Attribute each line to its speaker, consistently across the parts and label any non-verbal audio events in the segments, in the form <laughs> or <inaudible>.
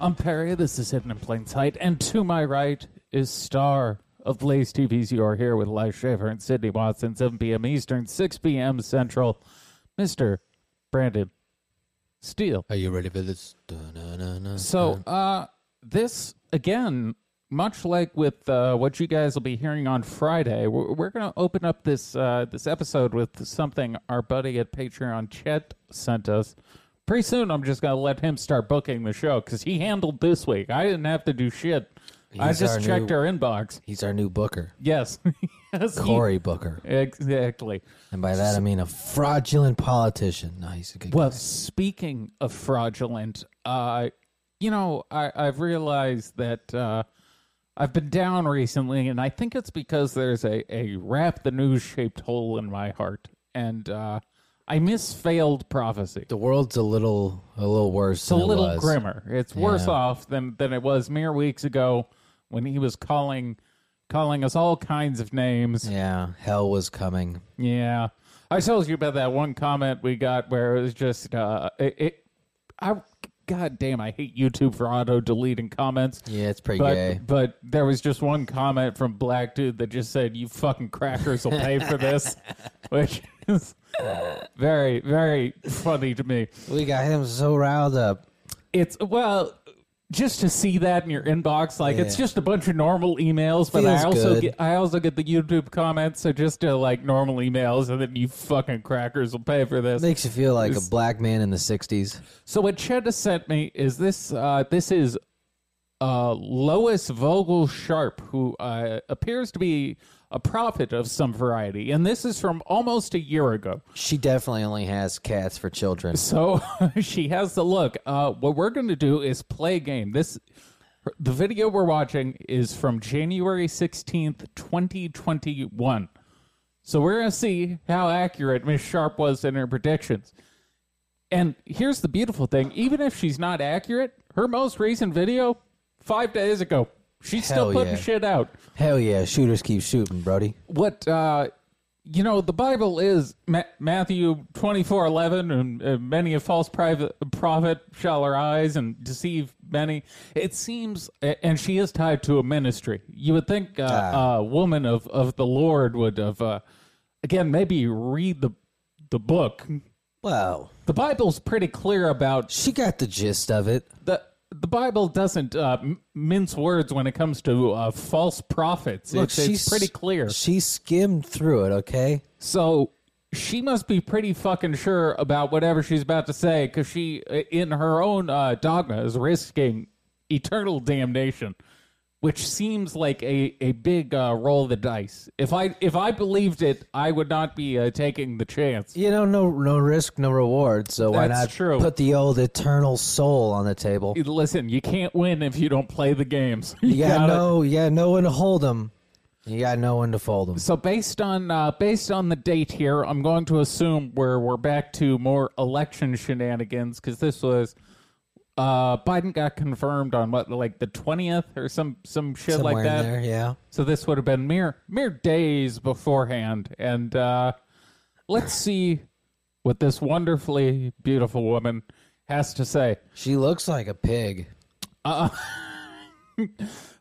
Speaker 1: I'm Perry. This is Hidden in Plain Sight. And to my right is star of Blaze TV's You Are Here with Les Shaver and Sydney Watson, 7 p.m. Eastern, 6 p.m. Central, Mr. Brandon Steele.
Speaker 2: Are you ready for this? Dun-dun-dun-dun.
Speaker 1: So, uh, this, again, much like with uh, what you guys will be hearing on Friday, we're, we're going to open up this, uh, this episode with something our buddy at Patreon, Chet, sent us. Pretty soon, I'm just going to let him start booking the show because he handled this week. I didn't have to do shit. I
Speaker 2: He's
Speaker 1: just
Speaker 2: our
Speaker 1: checked
Speaker 2: new-
Speaker 1: our inbox.
Speaker 2: He's our new booker,
Speaker 1: Yes. <laughs> yes. he-
Speaker 2: Cory Booker,
Speaker 1: Exactly.
Speaker 2: and by that I mean a fraudulent politician. No, he's a good.
Speaker 1: Well, speaking of fraudulent, uh, you know, I, I've realized that uh, I've been down recently, and I think it's because there's a, a wrap the news shaped hole in my heart. And uh, I miss failed prophecy.
Speaker 2: the world's a little, a little worse.
Speaker 1: It's a little grimmer. It's worse off than, than it was mere weeks ago when he was calling calling us all kinds of names.
Speaker 2: Yeah, hell was coming.
Speaker 1: Yeah, I told you about that one comment we got where it was just uh, it. it I god damn, I hate YouTube for auto deleting comments.
Speaker 2: Yeah, it's pretty
Speaker 1: But
Speaker 2: gay.
Speaker 1: but there was just one comment from Black Dude that just said, "You fucking crackers will pay for this," <laughs> which is very very funny to me.
Speaker 2: We got him so riled up.
Speaker 1: It's well. Just to see that in your inbox, like it's
Speaker 2: Yeah.
Speaker 1: just a bunch of normal emails, but I
Speaker 2: Feels
Speaker 1: also
Speaker 2: good.
Speaker 1: get I also get the YouTube comments, so just to like normal emails, and then you fucking crackers will pay for this.
Speaker 2: Makes you feel like a black man in the '60s.
Speaker 1: So what Chedda sent me is this. Uh, this is uh, Lois Vogel Sharp, who uh, appears to be a prophet of some variety, and this is from almost a year ago.
Speaker 2: She definitely only has cats for children.
Speaker 1: <laughs> So she has the look. Uh, what we're going to do is play a game. This the video we're watching is from January sixteenth, twenty twenty one. So we're going to see how accurate Miss Sharp was in her predictions. And here's the beautiful thing: even if she's not accurate, her most recent video, five days ago, she's still
Speaker 2: Hell
Speaker 1: putting
Speaker 2: yeah.
Speaker 1: shit out
Speaker 2: Hell yeah, shooters keep shooting, Brody.
Speaker 1: what uh you know the bible is Ma- matthew twenty four eleven, and uh, many a false private prophet shall arise and deceive many it seems a- and she is tied to a ministry you would think uh, a woman of of the lord would have uh, again maybe read the the book
Speaker 2: Wow,
Speaker 1: the bible's pretty clear about
Speaker 2: she got the gist of it.
Speaker 1: the the Bible doesn't uh, m- mince words when it comes to uh, false prophets. it's, it's pretty clear.
Speaker 2: She skimmed through it. Okay,
Speaker 1: So she must be pretty fucking sure about whatever she's about to say because she, in her own uh, dogma, is risking eternal damnation, which seems like a, a big uh, roll of the dice. If I if I believed it, I would not be uh, taking the chance.
Speaker 2: You know, no, no risk, no reward. So why
Speaker 1: That's
Speaker 2: not
Speaker 1: true.
Speaker 2: put the old eternal soul on the table?
Speaker 1: Listen, you can't win if you don't play the games. <laughs> You
Speaker 2: You gotta
Speaker 1: gotta-
Speaker 2: know, you gotta know when to hold them. You gotta know when to fold them.
Speaker 1: So based on uh, based on the date here, I'm going to assume where we're back to more election shenanigans because this was uh, Biden got confirmed on what like the 20th or some some shit
Speaker 2: Somewhere
Speaker 1: like
Speaker 2: in
Speaker 1: that.
Speaker 2: there, yeah.
Speaker 1: So this would have been mere mere days beforehand, and uh, let's see what this wonderfully beautiful woman has to say.
Speaker 2: She looks like a pig.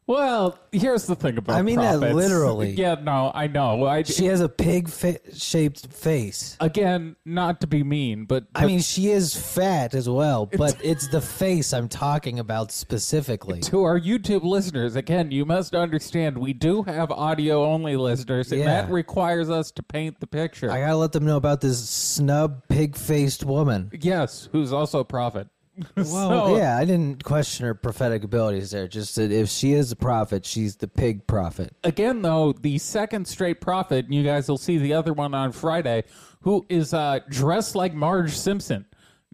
Speaker 1: Well, here's the thing about
Speaker 2: I mean that
Speaker 1: prophets.
Speaker 2: literally.
Speaker 1: <laughs> Yeah, no, I know. I
Speaker 2: She has a pig fa- shaped face.
Speaker 1: again, not to be mean, but,
Speaker 2: I mean, she is fat as well, but it's the face I'm talking about specifically.
Speaker 1: but to our YouTube listeners, again, you must understand we do have audio only listeners, and
Speaker 2: Yeah.
Speaker 1: that requires us to paint the picture.
Speaker 2: I gotta let them know about this snub, pig faced woman.
Speaker 1: yes, who's also a prophet. <laughs>
Speaker 2: Well, yeah, I didn't question her prophetic abilities there. Just that if she is a prophet, she's the pig prophet.
Speaker 1: again though the second straight prophet and you guys will see the other one on friday who is uh dressed like marge simpson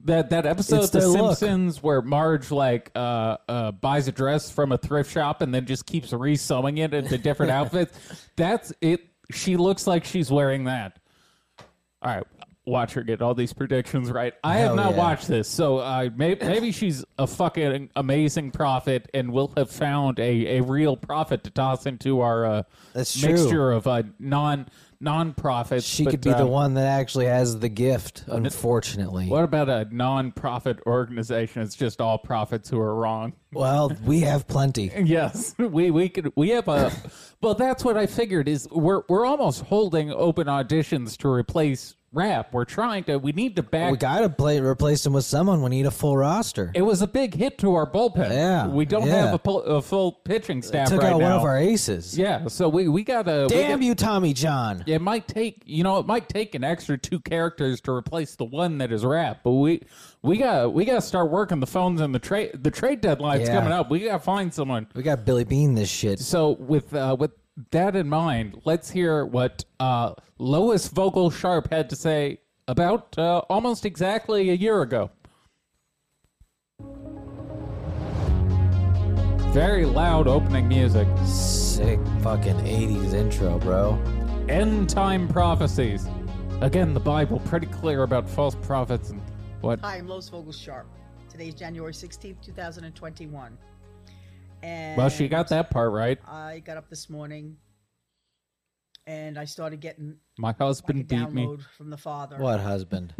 Speaker 1: that that episode
Speaker 2: It's
Speaker 1: of the
Speaker 2: their look.
Speaker 1: simpsons where marge like uh, uh buys a dress from a thrift shop and then just keeps resewing it into
Speaker 2: <laughs>
Speaker 1: different outfits that's it she looks like she's wearing that all right watch her get all these predictions right i have
Speaker 2: Hell
Speaker 1: not
Speaker 2: yeah.
Speaker 1: watched this so uh, may- maybe she's a fucking amazing prophet and we'll have found a, a real prophet to toss into our uh,
Speaker 2: That's true.
Speaker 1: mixture of uh, non non-profits
Speaker 2: She
Speaker 1: but,
Speaker 2: could be
Speaker 1: uh,
Speaker 2: the one that actually has the gift, unfortunately.
Speaker 1: what about a non-profit organization it's just all prophets who are wrong <laughs>
Speaker 2: Well, we have plenty.
Speaker 1: Yes, we we could we have a well. That's what I figured is we're we're almost holding open auditions to replace rap. We're trying to. We need to back.
Speaker 2: We gotta play replace him with someone. We need a full roster.
Speaker 1: it was a big hit to our bullpen.
Speaker 2: Yeah,
Speaker 1: we don't
Speaker 2: yeah.
Speaker 1: have a, pul- a full pitching staff
Speaker 2: Took
Speaker 1: right
Speaker 2: out
Speaker 1: now.
Speaker 2: one of our aces.
Speaker 1: yeah, so we we gotta. we
Speaker 2: Damn
Speaker 1: got-
Speaker 2: you, Tommy John.
Speaker 1: It might take you know it might take an extra two characters to replace the one that is rap, but we we got we got to start working the phones and the trade the trade deadline's
Speaker 2: Yeah.
Speaker 1: coming up. We got to find someone.
Speaker 2: We got Billy Bean this shit.
Speaker 1: So with uh, with that in mind, let's hear what uh, Lois Vogel Sharp had to say about uh, almost exactly a year ago. Very loud opening music.
Speaker 2: Sick fucking 80s intro, bro.
Speaker 1: End time prophecies. Again, the Bible pretty clear about false prophets and what.
Speaker 3: Hi, I'm Lois Vogel Sharp. Today is January 16th, 2021. And
Speaker 1: Well, she got that part right.
Speaker 3: I got up this morning and I started getting
Speaker 1: My
Speaker 3: like a
Speaker 1: husband beat me.
Speaker 3: download from the father.
Speaker 2: What
Speaker 1: <laughs>
Speaker 2: husband?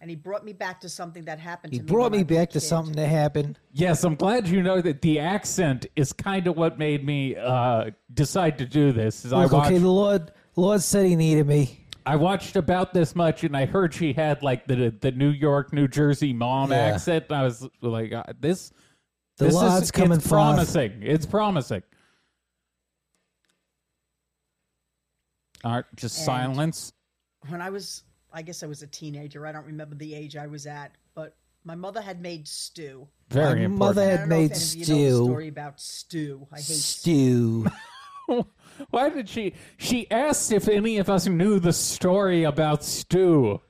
Speaker 3: And he brought me back to something that happened
Speaker 2: He
Speaker 3: to me.
Speaker 2: brought
Speaker 3: when
Speaker 2: me
Speaker 3: I was a
Speaker 2: back to
Speaker 3: kid.
Speaker 2: something that happened.
Speaker 1: Yes, I'm glad you know that the accent is kind of what made me uh, decide to do this. Is I
Speaker 2: Look, okay,
Speaker 1: watched
Speaker 2: the Lord, Lord said he needed me.
Speaker 1: I watched about this much, and I heard she had like the the New York, New Jersey mom
Speaker 2: Yeah.
Speaker 1: accent, and I was like, uh, this.
Speaker 2: The
Speaker 1: this
Speaker 2: Lord's
Speaker 1: is,
Speaker 2: coming
Speaker 1: it's
Speaker 2: forth.
Speaker 1: promising. It's promising. All right, just
Speaker 3: And-
Speaker 1: silence.
Speaker 3: When I was, I guess I was a teenager. I don't remember the age I was at, but my mother had made stew.
Speaker 1: Very
Speaker 2: My
Speaker 1: important.
Speaker 2: mother
Speaker 3: I
Speaker 2: had
Speaker 3: don't know
Speaker 2: made
Speaker 3: if any of you know the
Speaker 2: stew.
Speaker 3: story about stew. I hate stew.
Speaker 2: <laughs> Stew.
Speaker 1: Why did she? She asked if any of us knew the story about Stu.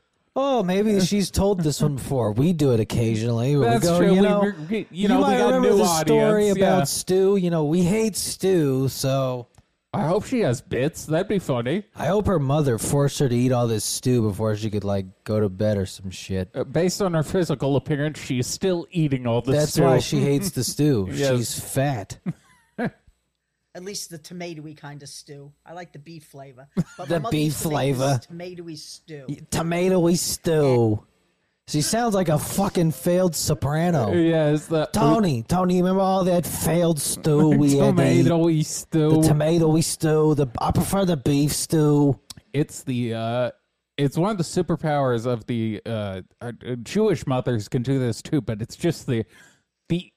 Speaker 1: <laughs>
Speaker 2: Oh, maybe she's told this one before. We do it occasionally. where
Speaker 1: That's
Speaker 2: we go,
Speaker 1: true. We-
Speaker 2: You know,
Speaker 1: we- we- you know, we
Speaker 2: might
Speaker 1: got a
Speaker 2: remember
Speaker 1: new
Speaker 2: the story
Speaker 1: audience,
Speaker 2: about
Speaker 1: yeah.
Speaker 2: stew. You know, we hate stew, so
Speaker 1: I hope she has bits. That'd be funny.
Speaker 2: I hope her mother forced her to eat all this stew before she could like go to bed or some shit.
Speaker 1: Uh, Based on her physical appearance, she's still eating all the
Speaker 2: That's
Speaker 1: stew.
Speaker 2: why she hates the stew.
Speaker 1: <laughs> Yes.
Speaker 2: She's fat.
Speaker 3: At least the tomatoey kind of stew. I like the
Speaker 2: <laughs>
Speaker 3: beef flavor. But
Speaker 2: The
Speaker 3: my mother
Speaker 2: beef
Speaker 3: used to make
Speaker 2: flavor.
Speaker 3: this Tomatoey stew.
Speaker 2: Tomatoey stew. She sounds like a fucking failed soprano.
Speaker 1: Yeah, it's the
Speaker 2: Tony, Tony, you remember all that failed stew
Speaker 1: <laughs>
Speaker 2: we had? to eat?
Speaker 1: tomato
Speaker 2: The
Speaker 1: stew.
Speaker 2: tomatoey stew. The I prefer the beef stew.
Speaker 1: it's the uh it's one of the superpowers of the uh uh, Jewish mothers can do this too, but it's just the the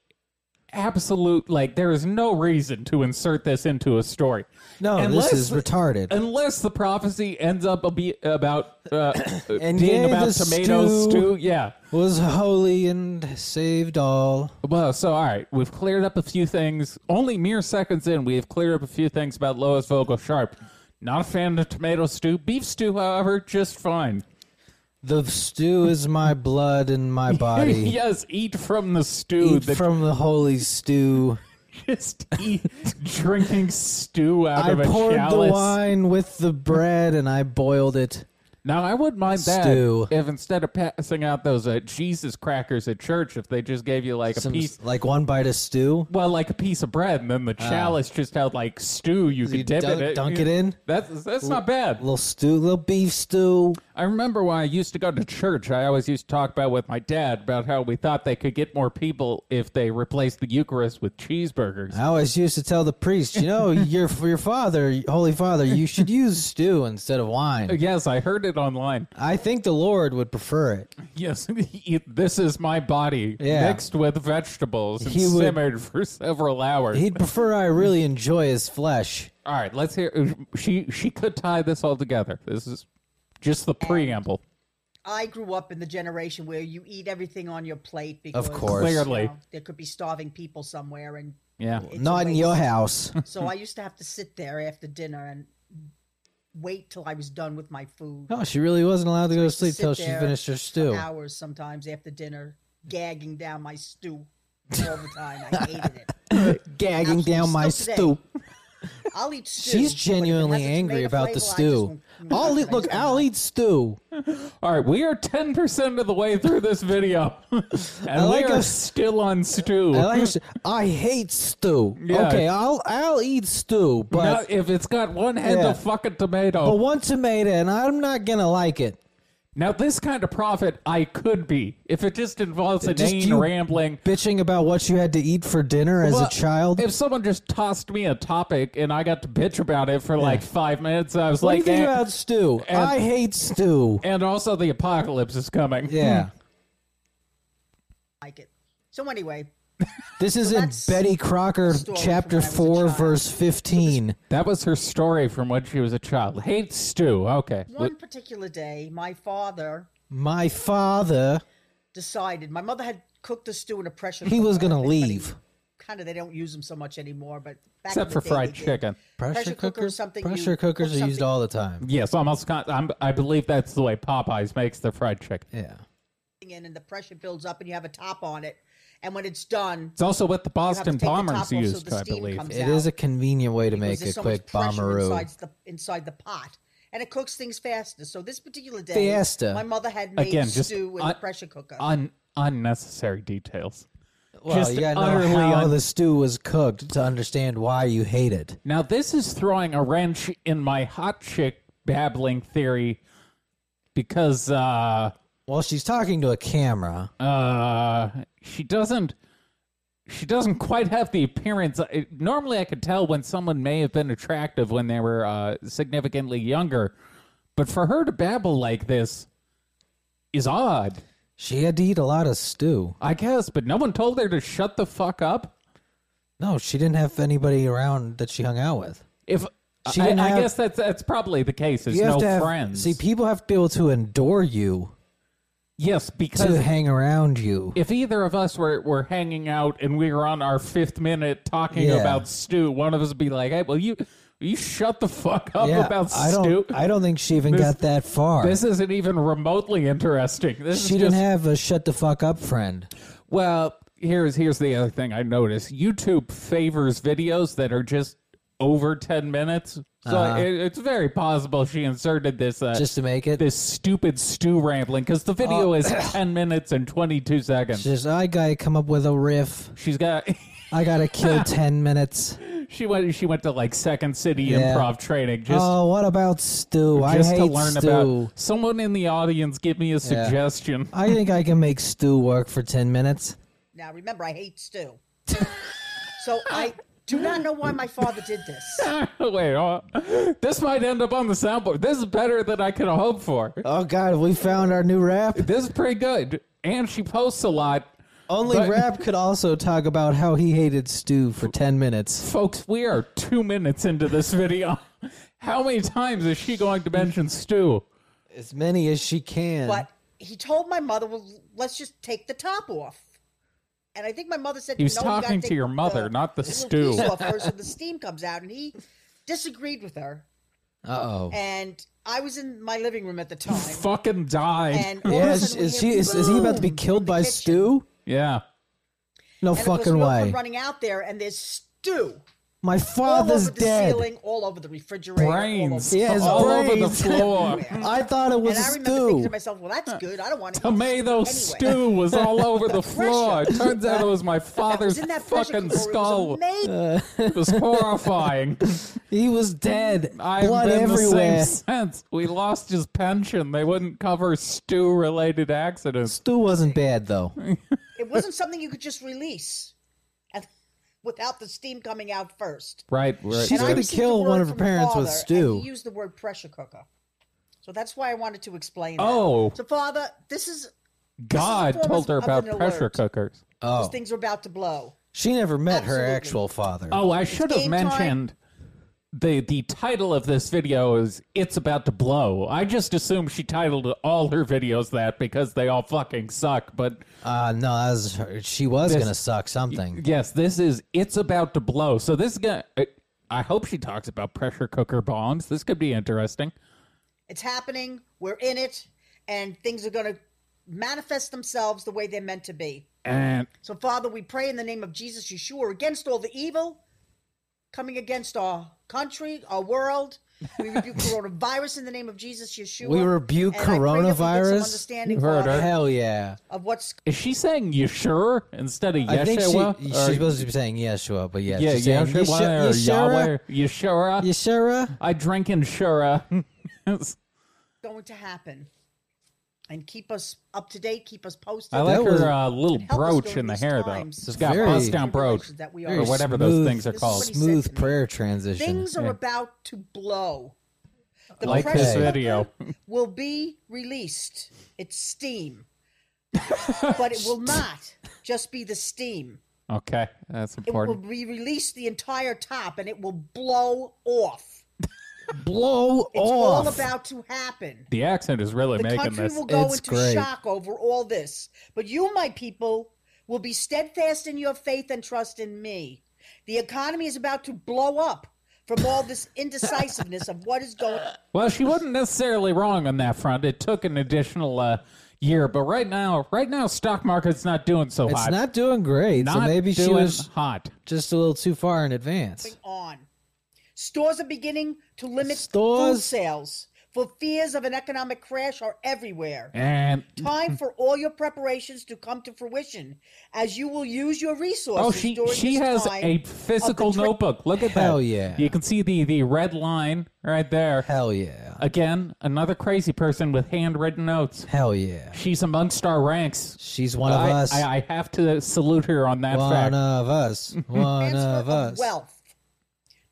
Speaker 1: absolute like there is no reason to insert this into a story.
Speaker 2: No,
Speaker 1: Unless-
Speaker 2: this is retarded.
Speaker 1: Unless the prophecy ends up a be about uh,
Speaker 2: <coughs> And
Speaker 1: being
Speaker 2: yea,
Speaker 1: about
Speaker 2: the
Speaker 1: tomato stew.
Speaker 2: stew-
Speaker 1: yeah.
Speaker 2: was holy and saved all.
Speaker 1: Well, so all right, we've cleared up a few things. Only mere seconds in, we have cleared up a few things about Lois Vogel Sharp. Not a fan of tomato stew. Beef stew, however, just fine.
Speaker 2: The stew is my blood and my body.
Speaker 1: yes, eat from the stew.
Speaker 2: Eat
Speaker 1: the
Speaker 2: from the holy stew.
Speaker 1: just eat drinking stew out
Speaker 2: I
Speaker 1: of a
Speaker 2: poured the
Speaker 1: chalice.
Speaker 2: wine with the bread and I boiled it.
Speaker 1: Now I wouldn't mind that
Speaker 2: Stew.
Speaker 1: if instead of passing out those uh, Jesus crackers at church, if they just gave you like a
Speaker 2: Some,
Speaker 1: piece,
Speaker 2: like one bite of stew.
Speaker 1: well, like a piece of bread, and then the chalice just had like stew you could
Speaker 2: Ah. you
Speaker 1: dip
Speaker 2: dunk-
Speaker 1: in it,
Speaker 2: dunk it in?
Speaker 1: That's that's not bad.
Speaker 2: little stew, little beef stew.
Speaker 1: I remember when I used to go to church, I always used to talk about with my dad about how we thought they could get more people if they replaced the Eucharist with cheeseburgers.
Speaker 2: I always used to tell the priest,
Speaker 1: <laughs>
Speaker 2: you know, your your father, Holy Father, you should use stew instead of wine.
Speaker 1: Yes, I heard it online.
Speaker 2: I think the Lord would prefer it.
Speaker 1: Yes, <laughs> this is my body
Speaker 2: Yeah.
Speaker 1: mixed with vegetables and
Speaker 2: He would-
Speaker 1: simmered for several hours.
Speaker 2: He'd prefer I really enjoy his flesh.
Speaker 1: All right, let's hear. uh, She she could tie this all together. This is just the preamble.
Speaker 3: I grew up in the generation where you eat everything on your plate because
Speaker 2: course.
Speaker 3: you
Speaker 1: Clearly.
Speaker 3: know, there could be starving people somewhere, and
Speaker 1: Yeah.
Speaker 3: it's a
Speaker 2: Not in your
Speaker 3: waste.
Speaker 2: house. <laughs>
Speaker 3: So I used to have to sit there after dinner and wait till I was done with my food.
Speaker 2: No, she really wasn't allowed to go to
Speaker 3: used to
Speaker 2: sleep till
Speaker 3: sit
Speaker 2: she
Speaker 3: there
Speaker 2: finished her
Speaker 3: for
Speaker 2: stew.
Speaker 3: Hours sometimes after dinner, gagging down my stew all the time. I hated it.
Speaker 2: <laughs> Gagging down my
Speaker 3: Still
Speaker 2: stew.
Speaker 3: I'll eat stew.
Speaker 2: She's
Speaker 3: but if it
Speaker 2: genuinely
Speaker 3: has a
Speaker 2: angry
Speaker 3: tomato
Speaker 2: about the
Speaker 3: flavor, I just
Speaker 2: stew.
Speaker 3: won't- won't
Speaker 2: I'll
Speaker 3: touch
Speaker 2: eat,
Speaker 3: it. I
Speaker 2: look,
Speaker 3: just won't
Speaker 2: I'll
Speaker 3: have
Speaker 2: eat stew.
Speaker 1: All right, we are ten percent of the way through this video, <laughs> and
Speaker 2: like
Speaker 1: we are
Speaker 2: us-
Speaker 1: still on stew.
Speaker 2: I, like, I hate stew.
Speaker 1: Yeah.
Speaker 2: Okay, I'll I'll eat stew, but
Speaker 1: Now, if it's got one head
Speaker 2: Yeah.
Speaker 1: of fucking tomato,
Speaker 2: but one tomato, and I'm not gonna like it.
Speaker 1: now this kind of profit I could be if it just involves inane
Speaker 2: Just you-
Speaker 1: rambling.
Speaker 2: Bitching about what you had to eat for dinner as
Speaker 1: Well,
Speaker 2: a child.
Speaker 1: If someone just tossed me a topic and I got to bitch about it for like five minutes, I was
Speaker 2: what
Speaker 1: like,
Speaker 2: do you think
Speaker 1: "Eh."
Speaker 2: about stew?
Speaker 1: and-
Speaker 2: I hate stew.
Speaker 1: and also the apocalypse is coming.
Speaker 3: <laughs>
Speaker 2: Yeah,
Speaker 3: like it. So anyway,
Speaker 2: this is in
Speaker 3: that's
Speaker 2: Betty Crocker,
Speaker 3: story from
Speaker 2: chapter
Speaker 3: when I was a
Speaker 2: four,
Speaker 3: child.
Speaker 2: verse fifteen.
Speaker 1: That was her story from when she was a child. Hate stew. Okay.
Speaker 3: one particular day, my father
Speaker 2: My father,
Speaker 3: decided my mother had cooked the stew in a pressure.
Speaker 2: he was gonna leave.
Speaker 3: Kind of, they don't use them so much anymore, but back
Speaker 1: Except
Speaker 3: in
Speaker 1: for
Speaker 3: the day,
Speaker 1: fried
Speaker 3: they did.
Speaker 1: chicken.
Speaker 2: Pressure,
Speaker 3: Pressure cooker
Speaker 2: cookers,
Speaker 3: is something you
Speaker 2: pressure
Speaker 3: cook
Speaker 2: cookers are used
Speaker 3: something-
Speaker 2: all the time.
Speaker 1: Yes, almost. Con- I'm, I believe that's the way Popeyes makes their fried chicken.
Speaker 2: Yeah,
Speaker 3: in and the pressure builds up and you have a top on it. And when it's done,
Speaker 1: It's also what the
Speaker 3: have to
Speaker 1: Boston
Speaker 3: take the top off
Speaker 1: Bombers
Speaker 3: so
Speaker 1: used,
Speaker 3: the
Speaker 1: I
Speaker 3: steam
Speaker 1: believe.
Speaker 3: comes
Speaker 2: it
Speaker 3: out.
Speaker 2: is a convenient way to
Speaker 3: because
Speaker 2: make a
Speaker 3: there's so
Speaker 2: quick
Speaker 3: much pressure
Speaker 2: bomberoo.
Speaker 3: inside the, inside the pot. And it cooks things faster. So this particular day,
Speaker 2: Fiesta.
Speaker 3: my mother had made
Speaker 1: Again, just
Speaker 3: stew in
Speaker 1: un-
Speaker 3: a pressure cooker.
Speaker 1: Un- unnecessary details.
Speaker 2: Well,
Speaker 1: Just
Speaker 2: you gotta know
Speaker 1: utterly
Speaker 2: how
Speaker 1: un-
Speaker 2: the stew was cooked to understand why you hate it.
Speaker 1: Now, this is throwing a wrench in my hot chick babbling theory because uh,
Speaker 2: Well, she's talking to a camera.
Speaker 1: uh, she doesn't. She doesn't quite have the appearance. I- Normally, I could tell when someone may have been attractive when they were uh, significantly younger, but for her to babble like this is odd,
Speaker 2: She had to eat a lot of stew.
Speaker 1: I guess. But no one told her to shut the fuck up.
Speaker 2: No, she didn't have anybody around that she hung out with.
Speaker 1: If
Speaker 2: She
Speaker 1: I,
Speaker 2: didn't
Speaker 1: I
Speaker 2: have-
Speaker 1: guess that's that's probably the case. Is
Speaker 2: You have
Speaker 1: no
Speaker 2: to have,
Speaker 1: friends.
Speaker 2: See, people have to be able to endure you
Speaker 1: yes, because
Speaker 2: to hang around you.
Speaker 1: if either of us were, were hanging out and we were on our fifth minute talking
Speaker 2: Yeah.
Speaker 1: about stew, one of us would be like, "Hey, well you you shut the fuck up
Speaker 2: yeah,
Speaker 1: about
Speaker 2: I
Speaker 1: stew.
Speaker 2: don't. I don't think she even got that far.
Speaker 1: this isn't even remotely interesting. This
Speaker 2: she
Speaker 1: is
Speaker 2: didn't
Speaker 1: just
Speaker 2: have a shut the fuck up friend.
Speaker 1: well. Here's here's the other thing I noticed. YouTube favors videos that are just over ten minutes, so it, it's very possible she inserted this uh,
Speaker 2: Uh-huh. Just to make it.
Speaker 1: this stupid stew rambling because the video
Speaker 2: <coughs>
Speaker 1: is ten minutes and twenty two seconds.
Speaker 2: Just I gotta come up with a riff.
Speaker 1: She's got.
Speaker 2: I
Speaker 1: <laughs>
Speaker 2: gotta kill ten minutes.
Speaker 1: She went. She went to like Second City
Speaker 2: Yeah.
Speaker 1: improv training just
Speaker 2: oh, what about stew? I
Speaker 1: just
Speaker 2: hate
Speaker 1: to learn
Speaker 2: stew.
Speaker 1: about. Someone in the audience, give me a suggestion. <laughs>
Speaker 2: I think I can make stew work for ten minutes.
Speaker 3: now, remember, I hate stew. so I do not know why my father did this.
Speaker 1: Wait, uh, this might end up on the soundboard. This is better than I could have hoped for.
Speaker 2: Oh God, we found our new rap.
Speaker 1: This is pretty good, and she posts a lot.
Speaker 2: Only
Speaker 1: But-
Speaker 2: rap could also talk about how he hated stew for ten minutes.
Speaker 1: Folks, we are two minutes into this video. <laughs> How many times is she going to mention Stu?
Speaker 2: As many as she can.
Speaker 3: But he told my mother, well, let's just take the top off. And I think my mother said,
Speaker 1: He was
Speaker 3: no, you gotta
Speaker 1: talking to
Speaker 3: take
Speaker 1: your mother, not the
Speaker 3: little
Speaker 1: stew."
Speaker 3: piece off
Speaker 1: <laughs>
Speaker 3: first so the steam comes out. And he disagreed with her.
Speaker 2: Uh oh.
Speaker 3: And I was in my living room at the time.
Speaker 1: Fucking died.
Speaker 3: And all of a
Speaker 2: Yeah, is,
Speaker 3: sudden we
Speaker 2: is
Speaker 3: hear
Speaker 2: she is, is he about to be
Speaker 3: boom
Speaker 2: killed
Speaker 3: from the
Speaker 2: by
Speaker 3: kitchen.
Speaker 2: stew?
Speaker 1: yeah.
Speaker 2: No
Speaker 3: And of course,
Speaker 2: fucking
Speaker 3: we all come
Speaker 2: way.
Speaker 3: running out there, and there's stew
Speaker 2: My
Speaker 1: Oh,
Speaker 2: father's
Speaker 3: all over the
Speaker 2: dead.
Speaker 3: ceiling, all over the refrigerator, all
Speaker 1: Brains
Speaker 3: over-
Speaker 2: Yeah, his
Speaker 1: all over the
Speaker 2: brains. <laughs>
Speaker 1: floor.
Speaker 3: Everywhere.
Speaker 2: I thought it was
Speaker 3: and I
Speaker 2: a
Speaker 3: remember thinking to
Speaker 2: stew.
Speaker 3: myself, "Well, that's good. I don't want to
Speaker 1: Tomato stew was all over
Speaker 3: <laughs>
Speaker 1: the floor. It turns out it was my father's
Speaker 3: Isn't that pressure
Speaker 1: fucking
Speaker 3: cooker? It was
Speaker 1: skull.
Speaker 3: amazing.
Speaker 1: It was
Speaker 3: <laughs>
Speaker 1: horrifying.
Speaker 2: He was dead.
Speaker 1: I've
Speaker 2: Blood
Speaker 1: been
Speaker 2: everywhere.
Speaker 1: the same since. We lost his pension. They wouldn't cover stew-related accidents.
Speaker 2: Stew wasn't bad though.
Speaker 3: It wasn't something you could just release, and without the steam coming out first.
Speaker 1: Right, right.
Speaker 2: She's
Speaker 3: And I
Speaker 2: gonna
Speaker 3: received a
Speaker 2: kill
Speaker 3: word
Speaker 2: one of her
Speaker 3: from
Speaker 2: parents with
Speaker 3: father,
Speaker 2: stew.
Speaker 3: And he used the word pressure cooker, so that's why I wanted to explain. that.
Speaker 1: Oh.
Speaker 3: so father, this is
Speaker 1: God
Speaker 3: form
Speaker 1: told
Speaker 3: of-
Speaker 1: her
Speaker 3: of
Speaker 1: about
Speaker 3: an
Speaker 1: pressure
Speaker 3: alert.
Speaker 1: cookers.
Speaker 2: Oh,
Speaker 3: these things are about to blow.
Speaker 2: she never met her
Speaker 3: Absolutely.
Speaker 2: actual father.
Speaker 1: Oh, I should have
Speaker 3: game time.
Speaker 1: mentioned the the title of this video is "It's About to Blow." I just assumed she titled all her videos that because they all fucking suck. But
Speaker 2: Uh, no, that was her. she was gonna suck something.
Speaker 1: yes, this is "It's About to Blow." So this guy, I, I hope she talks about pressure cooker bombs. This could be interesting.
Speaker 3: It's happening. We're in it, and things are going to manifest themselves the way they're meant to be.
Speaker 1: And
Speaker 3: So, Father, we pray in the name of Jesus Yeshua against all the evil coming against our country, our world. We rebuke coronavirus in the name of Jesus Yeshua.
Speaker 2: We rebuke
Speaker 3: And I pray that we get some
Speaker 2: coronavirus?
Speaker 3: understanding,
Speaker 1: You heard her.
Speaker 3: Father,
Speaker 2: Hell yeah.
Speaker 3: of what's
Speaker 1: is she saying "Yeshua" instead of
Speaker 2: I think she,
Speaker 1: Yeshua?
Speaker 2: she's
Speaker 1: Or-
Speaker 2: supposed to be saying Yeshua, but yeah,
Speaker 1: yeah,
Speaker 2: she's saying,
Speaker 1: Yeshua
Speaker 2: "Yeshu-
Speaker 1: or Yahweh, Yeshua.
Speaker 2: Yeshua, Yeshua.
Speaker 1: <laughs> I drink Yeshua.
Speaker 3: going to happen. And keep us up to date, keep us posted.
Speaker 1: I like
Speaker 2: That was-
Speaker 1: her uh, little
Speaker 3: help us
Speaker 1: brooch
Speaker 3: during
Speaker 1: in the
Speaker 3: these
Speaker 1: hair,
Speaker 3: times.
Speaker 1: though. She's got
Speaker 2: Very-
Speaker 1: bust down brooch.
Speaker 3: Tribulations that we
Speaker 1: or
Speaker 3: are
Speaker 1: whatever those
Speaker 2: smooth-
Speaker 1: things are
Speaker 3: This is
Speaker 1: called.
Speaker 3: what he said to
Speaker 2: Smooth
Speaker 3: me.
Speaker 2: prayer transition.
Speaker 3: Things are
Speaker 1: Yeah.
Speaker 3: about to blow. The
Speaker 1: Like
Speaker 3: pressure
Speaker 1: this
Speaker 3: cooker
Speaker 1: video.
Speaker 3: <laughs> will be released. It's steam, but it
Speaker 1: <laughs>
Speaker 3: will not just be the steam.
Speaker 1: Okay, that's
Speaker 3: It
Speaker 1: important.
Speaker 3: will be released the entire top, and it will blow off.
Speaker 2: Blow
Speaker 3: It's
Speaker 2: off.
Speaker 3: all about to happen.
Speaker 1: The accent is really
Speaker 3: The
Speaker 1: making
Speaker 3: country
Speaker 1: this.
Speaker 3: will go
Speaker 2: It's
Speaker 3: into
Speaker 2: great.
Speaker 3: shock over all this. But you, my people, will be steadfast in your faith and trust in me. The economy is about to blow up from all
Speaker 1: <laughs>
Speaker 3: this indecisiveness of what is going
Speaker 1: Well, she wasn't necessarily wrong on that front. It took an additional uh, year, but right now, right now, stock market's not doing so
Speaker 2: it's
Speaker 1: hot.
Speaker 2: not doing great.
Speaker 1: Not
Speaker 2: so maybe
Speaker 1: doing
Speaker 2: she was
Speaker 1: hot.
Speaker 2: just a little too far in advance.
Speaker 3: on. Stores are beginning to limit food
Speaker 2: Stores-
Speaker 3: sales for fears of an economic crash are everywhere.
Speaker 1: And
Speaker 3: Time for all your preparations to come to fruition as you will use your resources.
Speaker 1: oh, she
Speaker 3: during
Speaker 1: she
Speaker 3: this
Speaker 1: has
Speaker 3: time
Speaker 1: a
Speaker 3: of
Speaker 1: physical
Speaker 3: the tri-
Speaker 1: notebook. Look at
Speaker 2: Hell
Speaker 1: that.
Speaker 2: yeah.
Speaker 1: You can see the the red line right there.
Speaker 2: Hell yeah.
Speaker 1: Again, another crazy person with handwritten notes.
Speaker 2: Hell yeah.
Speaker 1: She's amongst our ranks.
Speaker 2: She's one of
Speaker 1: I,
Speaker 2: us.
Speaker 1: I, I have to salute her on that fact. <laughs>
Speaker 2: one of us. One
Speaker 3: transfer
Speaker 2: of us.
Speaker 3: wealth.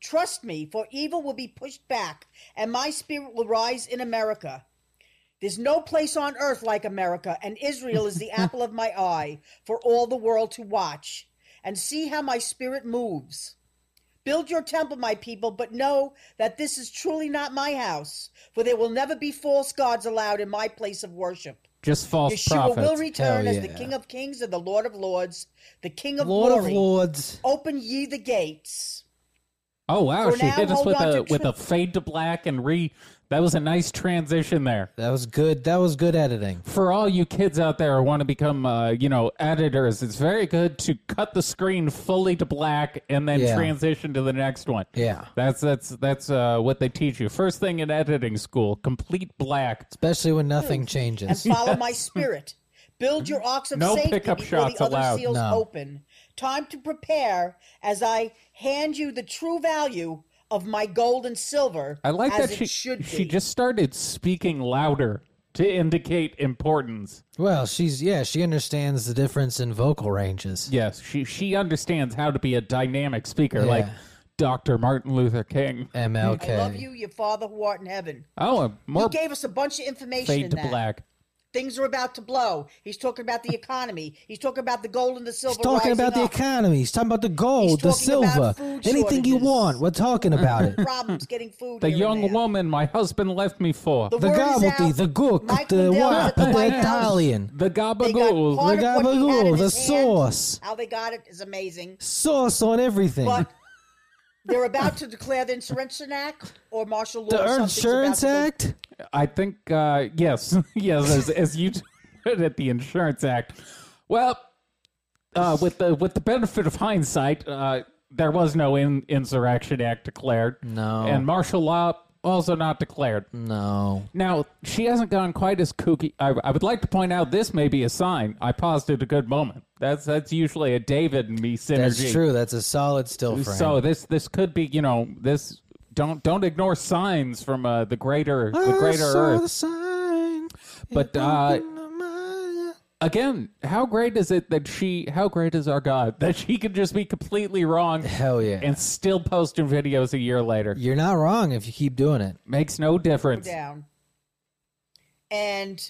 Speaker 3: Trust me, for evil will be pushed back, and my spirit will rise in America. There's no place on earth like America, and Israel is
Speaker 2: <laughs>
Speaker 3: the apple of my eye for all the world to watch and see how my spirit moves. Build your temple, my people, but know that this is truly not my house, for there will never be false gods allowed in my place of worship.
Speaker 1: Just false
Speaker 3: Yeshua
Speaker 1: prophets.
Speaker 3: will return
Speaker 2: Hell
Speaker 3: as the
Speaker 2: yeah.
Speaker 3: King of Kings and the Lord of Lords, the King of
Speaker 2: Lord
Speaker 3: Glory.
Speaker 2: of Lords.
Speaker 3: Open ye the gates.
Speaker 1: oh wow,
Speaker 3: For
Speaker 1: she
Speaker 3: now,
Speaker 1: did us
Speaker 3: hold
Speaker 1: with
Speaker 3: on
Speaker 1: a
Speaker 3: to
Speaker 1: with a
Speaker 3: truth.
Speaker 1: fade to black and re. That was a nice transition there.
Speaker 2: That was good. That was good editing.
Speaker 1: For all you kids out there who want to become, uh, you know, editors, it's very good to cut the screen fully to black and then
Speaker 2: Yeah.
Speaker 1: transition to the next one.
Speaker 2: Yeah.
Speaker 1: That's that's that's uh, what they teach you. First thing in editing school, complete black.
Speaker 2: Especially when nothing
Speaker 3: and
Speaker 2: changes.
Speaker 3: follow my spirit. Build your ox of
Speaker 1: No
Speaker 3: safety
Speaker 1: pickup
Speaker 3: before
Speaker 1: shots
Speaker 3: the other
Speaker 1: allowed.
Speaker 3: seals
Speaker 2: No.
Speaker 3: open. Time to prepare as I hand you the true value of my gold and silver.
Speaker 1: I like
Speaker 3: as
Speaker 1: that
Speaker 3: it
Speaker 1: she
Speaker 3: should be.
Speaker 1: she just started speaking louder to indicate importance.
Speaker 2: Well, she's yeah, she understands the difference in vocal ranges.
Speaker 1: Yes, she she understands how to be a dynamic speaker, like
Speaker 2: Yeah.
Speaker 1: Dr. Martin Luther King.
Speaker 2: MLK.
Speaker 3: I love you, your Father who art in heaven.
Speaker 1: Oh, and more
Speaker 3: he gave us a bunch of information in
Speaker 1: fade to
Speaker 3: that.
Speaker 1: black.
Speaker 3: Things are about to blow. He's talking about the economy. He's talking about the gold and the silver.
Speaker 2: He's talking
Speaker 3: rising
Speaker 2: about the
Speaker 3: up.
Speaker 2: economy. He's talking about the gold, the
Speaker 3: talking about
Speaker 2: silver,
Speaker 3: food
Speaker 2: anything you
Speaker 3: shortages.
Speaker 2: want. We're talking about
Speaker 3: <laughs>
Speaker 2: it.
Speaker 3: Problems getting
Speaker 1: <laughs>
Speaker 3: food.
Speaker 1: The
Speaker 3: here and
Speaker 1: young
Speaker 3: there.
Speaker 1: woman my husband left me for. The,
Speaker 2: The
Speaker 3: word is
Speaker 2: gobbledy,
Speaker 3: out.
Speaker 2: the gook,
Speaker 3: Michael
Speaker 2: the
Speaker 3: Dell
Speaker 2: what,
Speaker 3: at the
Speaker 2: the
Speaker 3: White House.
Speaker 2: Italian,
Speaker 3: They got
Speaker 1: gabagool.
Speaker 2: The
Speaker 3: part of what he had in
Speaker 2: gabagool, the
Speaker 3: his hand.
Speaker 2: sauce.
Speaker 3: How they got it is amazing.
Speaker 2: sauce on everything.
Speaker 3: But they're
Speaker 2: <laughs>
Speaker 3: about to declare the Insurrection Act or martial law.
Speaker 2: the
Speaker 3: or something's about
Speaker 2: Insurance
Speaker 3: to go-
Speaker 2: Act.
Speaker 1: I think, uh, yes, <laughs> yes, as, as you put it, the Insurance Act. Well, uh, with the with the benefit of hindsight, uh, there was no in, insurrection act declared.
Speaker 2: No. Mm.
Speaker 1: And martial law also not declared.
Speaker 2: No.
Speaker 1: Now, she hasn't gone quite as kooky. I, I would like to point out this may be a sign. I paused at a good moment. That's that's usually a David and me synergy.
Speaker 2: That's true. That's a solid still frame.
Speaker 1: So this this could be, you know, this don't don't ignore signs from uh, the greater
Speaker 2: Ah,
Speaker 1: the greater earth. But, uh, Again, how great is it that she how great is our God that she can just be completely wrong
Speaker 2: Hell yeah.
Speaker 1: and still posting videos a year later.
Speaker 2: You're not wrong if you keep doing it.
Speaker 1: Makes no difference.
Speaker 3: down. And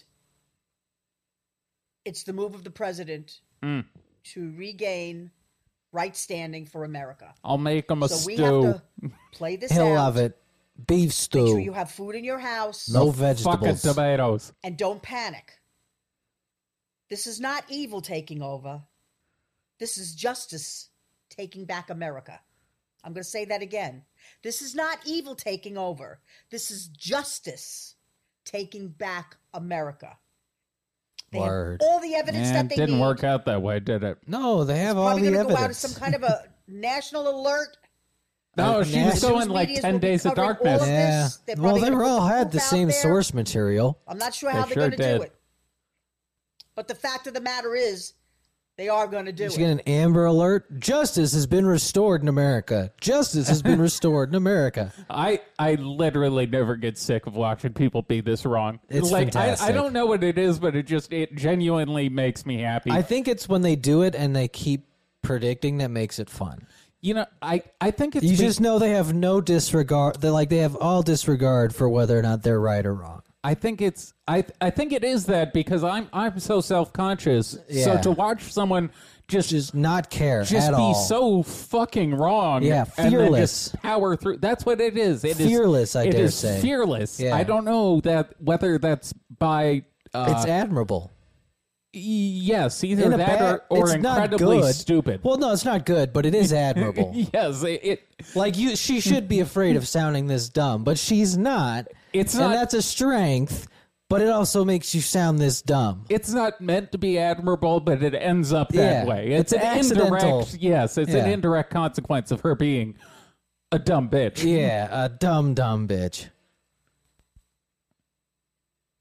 Speaker 3: it's the move of the president
Speaker 2: Hmm.
Speaker 1: Mm.
Speaker 3: to regain right standing for America.
Speaker 1: I'll make them a
Speaker 3: so we
Speaker 1: stew.
Speaker 3: have to play this
Speaker 2: He'll
Speaker 3: out.
Speaker 2: love it. Beef
Speaker 3: Make sure
Speaker 2: stew.
Speaker 3: you have food in your house
Speaker 2: no
Speaker 1: Fucking
Speaker 2: vegetables.
Speaker 1: tomatoes.
Speaker 3: and don't panic. This is not evil taking over. This is justice taking back America. I'm going to say that again. This is not evil taking over. This is justice taking back America. They have
Speaker 2: Word.
Speaker 3: all the evidence
Speaker 1: Man,
Speaker 3: that they
Speaker 1: didn't
Speaker 3: need.
Speaker 1: work out that way, did it?
Speaker 2: No, they have all the
Speaker 3: Probably going to go out as
Speaker 2: evidence.
Speaker 3: some kind of a
Speaker 1: <laughs>
Speaker 3: national alert.
Speaker 1: No,
Speaker 2: Uh,
Speaker 1: she
Speaker 2: yeah.
Speaker 1: was going
Speaker 3: News
Speaker 1: like
Speaker 3: medias
Speaker 1: ten
Speaker 3: will be
Speaker 1: days of
Speaker 3: covering all
Speaker 1: darkness.
Speaker 3: of
Speaker 2: yeah.
Speaker 3: this. They're
Speaker 2: Well,
Speaker 3: probably
Speaker 2: they
Speaker 3: gonna
Speaker 2: were
Speaker 3: put
Speaker 2: all
Speaker 3: the
Speaker 2: had the
Speaker 3: proof out
Speaker 2: same
Speaker 3: there.
Speaker 2: source material.
Speaker 3: I'm not sure
Speaker 1: They
Speaker 3: how
Speaker 1: sure
Speaker 3: they're going to
Speaker 1: did.
Speaker 3: do it. But the fact of the matter is, they are going to do
Speaker 2: Did
Speaker 3: it.
Speaker 2: you get an Amber Alert? Justice has been restored in America. Justice has
Speaker 1: <laughs>
Speaker 2: been restored in America.
Speaker 1: I I literally never get sick of watching people be this wrong.
Speaker 2: It's
Speaker 1: like I, I
Speaker 2: fantastic.
Speaker 1: don't know what it is, but it just it genuinely makes me happy.
Speaker 2: I think it's when they do it and they keep predicting that makes it fun.
Speaker 1: you know, I I think it's
Speaker 2: You
Speaker 1: be-
Speaker 2: just know they have no disregard. They like they have all disregard for whether or not they're right or wrong.
Speaker 1: I think it's I I think it is that because I'm I'm so self conscious. So
Speaker 2: Yeah.
Speaker 1: to watch someone just just,
Speaker 2: Just not care at
Speaker 1: be
Speaker 2: all.
Speaker 1: so fucking wrong,
Speaker 2: Yeah,
Speaker 1: and then
Speaker 2: fearless.
Speaker 1: just power through. That's what it is. It is
Speaker 2: Fearless, I
Speaker 1: it
Speaker 2: dare
Speaker 1: is
Speaker 2: say.
Speaker 1: fearless.
Speaker 2: Yeah.
Speaker 1: I don't know that whether that's by. Uh,
Speaker 2: it's admirable.
Speaker 1: yes, either
Speaker 2: In a
Speaker 1: that
Speaker 2: bad-
Speaker 1: or, or
Speaker 2: it's not
Speaker 1: incredibly
Speaker 2: good.
Speaker 1: stupid.
Speaker 2: Well, no, it's not good, but it is admirable.
Speaker 1: <laughs> Yes, it, it
Speaker 2: like you, she should be afraid of sounding this dumb, but she's not.
Speaker 1: It's
Speaker 2: and
Speaker 1: not-
Speaker 2: that's a strength, but it also makes you sound
Speaker 1: <laughs>
Speaker 2: this dumb.
Speaker 1: it's not meant to be admirable, but it ends up that
Speaker 2: Yeah,
Speaker 1: way. It's,
Speaker 2: it's
Speaker 1: an
Speaker 2: accidental.
Speaker 1: indirect yes, it's an
Speaker 2: Yeah.
Speaker 1: indirect consequence of her being a dumb bitch.
Speaker 2: Yeah, a dumb dumb bitch.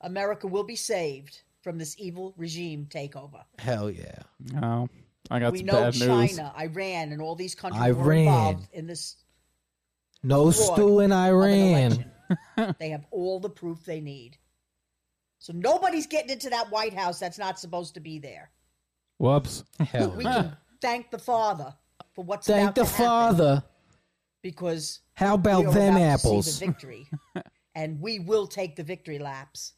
Speaker 3: America will be saved from this evil regime takeover.
Speaker 2: Hell yeah.
Speaker 1: Oh, I got
Speaker 3: we
Speaker 1: some
Speaker 3: know
Speaker 1: bad news.
Speaker 3: China, Iran, and all these countries were
Speaker 2: Iran.
Speaker 3: involved in this
Speaker 2: No
Speaker 3: fraud
Speaker 2: stew in
Speaker 3: of an
Speaker 2: Iran.
Speaker 3: election. they have all the proof they need. So nobody's getting into that White House that's not supposed to be there.
Speaker 1: Whoops.
Speaker 2: <laughs> Hell
Speaker 3: We
Speaker 2: yeah.
Speaker 3: can thank the Father for what's
Speaker 2: Thank
Speaker 3: about
Speaker 2: the
Speaker 3: to happen
Speaker 2: Father.
Speaker 3: because
Speaker 2: How
Speaker 3: we
Speaker 2: about
Speaker 3: are
Speaker 2: them
Speaker 3: about to see the
Speaker 2: apples?
Speaker 3: victory, and we will take the victory laps.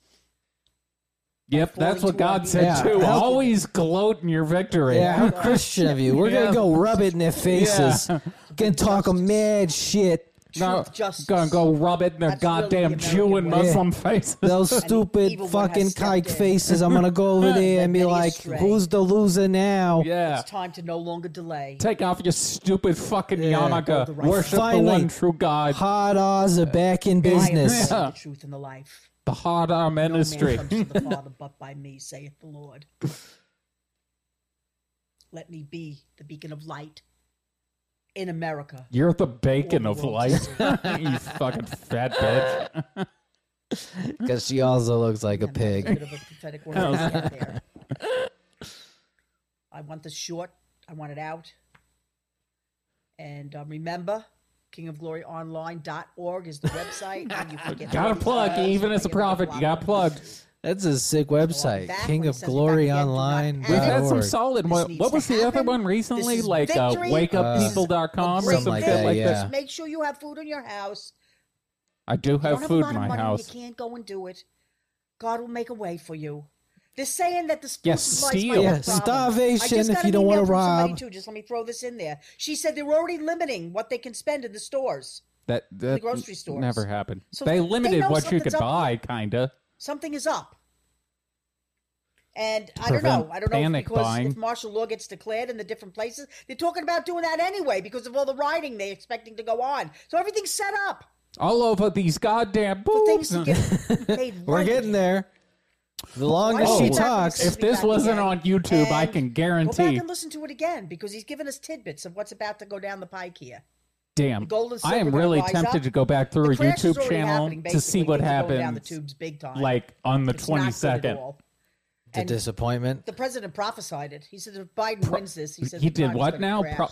Speaker 1: Yep, that's what God said
Speaker 2: Yeah.
Speaker 1: too.
Speaker 2: How-
Speaker 1: Always gloat in your victory.
Speaker 2: <laughs> Yeah, how Christian of you. We're
Speaker 1: Yeah.
Speaker 2: gonna go rub it in
Speaker 1: <laughs>
Speaker 2: their faces. Gonna talk a mad shit.
Speaker 1: No,
Speaker 3: Truth, justice.
Speaker 1: gonna go rub it in their
Speaker 3: That's really
Speaker 1: goddamn
Speaker 3: the
Speaker 1: Jew and
Speaker 3: American way.
Speaker 1: Muslim faces.
Speaker 2: Those
Speaker 3: the
Speaker 2: stupid
Speaker 3: evil one has
Speaker 2: fucking
Speaker 3: stepped
Speaker 2: kike
Speaker 3: in.
Speaker 2: faces. I'm gonna go
Speaker 3: <laughs>
Speaker 2: over there and be
Speaker 3: many
Speaker 2: like,
Speaker 3: astray.
Speaker 2: "Who's the loser now?"
Speaker 1: <laughs> yeah.
Speaker 3: It's time to no longer delay.
Speaker 1: Take off your stupid fucking
Speaker 2: Yeah.
Speaker 1: yarmulke.
Speaker 3: The right-
Speaker 1: Worship
Speaker 2: Finally.
Speaker 1: the one true God.
Speaker 2: Hard Oz are back in
Speaker 3: I am
Speaker 2: business. <laughs>
Speaker 3: <laughs> the way, the truth, and the life.
Speaker 1: The hard R
Speaker 3: No
Speaker 1: ministry.
Speaker 3: man comes to the Father but by me, saith the Lord. Let me be the beacon of light in America.
Speaker 1: You're the bacon
Speaker 3: Or
Speaker 1: of
Speaker 3: the
Speaker 1: life. <laughs> you fucking fat bitch.
Speaker 2: Because she also looks like a
Speaker 3: And that's
Speaker 2: pig.
Speaker 3: bit of a prophetic word to get there.
Speaker 1: <laughs>
Speaker 3: I want this short. I want it out. And um, remember, kingofgloryonline.org is the website. and you can
Speaker 1: <laughs>
Speaker 3: get
Speaker 1: Gotta
Speaker 3: all these
Speaker 1: plug,
Speaker 3: videos,
Speaker 1: even as a
Speaker 3: you can
Speaker 1: prophet, you got
Speaker 3: blog
Speaker 1: plugged.
Speaker 2: That's a sick
Speaker 3: I'm
Speaker 2: website.
Speaker 3: back
Speaker 2: King
Speaker 3: when
Speaker 2: of
Speaker 3: it says we
Speaker 2: Glory
Speaker 3: back
Speaker 2: Online.
Speaker 3: again, do
Speaker 1: We've
Speaker 3: not
Speaker 2: dot
Speaker 1: had some
Speaker 2: org.
Speaker 1: solid
Speaker 3: This
Speaker 1: one.
Speaker 3: needs
Speaker 1: What was
Speaker 3: to
Speaker 1: the other
Speaker 3: happen.
Speaker 1: one
Speaker 3: This
Speaker 1: recently?
Speaker 3: is
Speaker 1: Like uh,
Speaker 3: victory.
Speaker 1: wakeuppeople.com or
Speaker 3: posts.
Speaker 2: Great
Speaker 1: something like
Speaker 2: thing.
Speaker 1: that.
Speaker 2: yeah.
Speaker 3: Just make sure you have food in your house.
Speaker 1: I do
Speaker 3: You
Speaker 1: have
Speaker 3: don't
Speaker 1: food in
Speaker 3: have a lot of
Speaker 1: my
Speaker 3: money,
Speaker 1: house.
Speaker 3: You can't go and do it. God will make a way for you. They're saying that the food
Speaker 1: Yeah,
Speaker 3: supplies
Speaker 1: steal.
Speaker 3: might be a
Speaker 1: Yeah,
Speaker 3: problem.
Speaker 2: starvation
Speaker 3: I just
Speaker 2: if
Speaker 3: got
Speaker 2: you
Speaker 3: an
Speaker 2: don't wanna
Speaker 3: email from somebody,
Speaker 2: rob.
Speaker 3: Too. Just let me throw this in there. She said they're already limiting what they can spend in the stores.
Speaker 1: That, that
Speaker 3: grocery stores.
Speaker 1: never happened.
Speaker 3: So
Speaker 1: they
Speaker 3: they
Speaker 1: limited
Speaker 3: know
Speaker 1: what you
Speaker 3: something's
Speaker 1: could
Speaker 3: up
Speaker 1: buy, kinda.
Speaker 3: Something is up. And I don't
Speaker 1: prevent
Speaker 3: know. I don't know if
Speaker 1: panic
Speaker 3: because
Speaker 1: buying.
Speaker 3: if martial law gets declared in the different places, they're talking about doing that anyway because of all the rioting they're expecting to go on. So everything's set up
Speaker 1: All over these goddamn
Speaker 3: for
Speaker 1: boobs.
Speaker 2: <laughs>
Speaker 3: things to get made
Speaker 2: We're
Speaker 3: right.
Speaker 2: getting there. The longer
Speaker 3: Oh,
Speaker 2: she
Speaker 3: well,
Speaker 2: talks,
Speaker 3: If
Speaker 1: If this
Speaker 3: Back
Speaker 1: wasn't
Speaker 3: again.
Speaker 1: on YouTube, I
Speaker 3: And
Speaker 1: can
Speaker 3: Go
Speaker 1: guarantee.
Speaker 3: back and listen to it again because he's given us tidbits of what's about to go down the pike here.
Speaker 1: <laughs> Damn,
Speaker 3: gold and
Speaker 1: I
Speaker 3: silver
Speaker 1: am
Speaker 3: gonna
Speaker 1: really
Speaker 3: rise
Speaker 1: tempted
Speaker 3: up.
Speaker 1: to go back through a
Speaker 3: The crash is
Speaker 1: YouTube
Speaker 3: already
Speaker 1: channel
Speaker 3: happening,
Speaker 1: to see
Speaker 3: basically.
Speaker 1: what
Speaker 3: Things are going
Speaker 1: happens.
Speaker 3: down the tubes big time.
Speaker 1: Like on the
Speaker 3: It's not good
Speaker 1: twenty
Speaker 3: at
Speaker 1: second.
Speaker 3: all.
Speaker 2: the
Speaker 3: And
Speaker 2: disappointment.
Speaker 3: the president prophesied it. He said if Biden wins this, he said
Speaker 1: he
Speaker 3: the
Speaker 1: did
Speaker 3: economy's
Speaker 1: what
Speaker 3: gonna
Speaker 1: now?
Speaker 3: crash.
Speaker 1: Pro-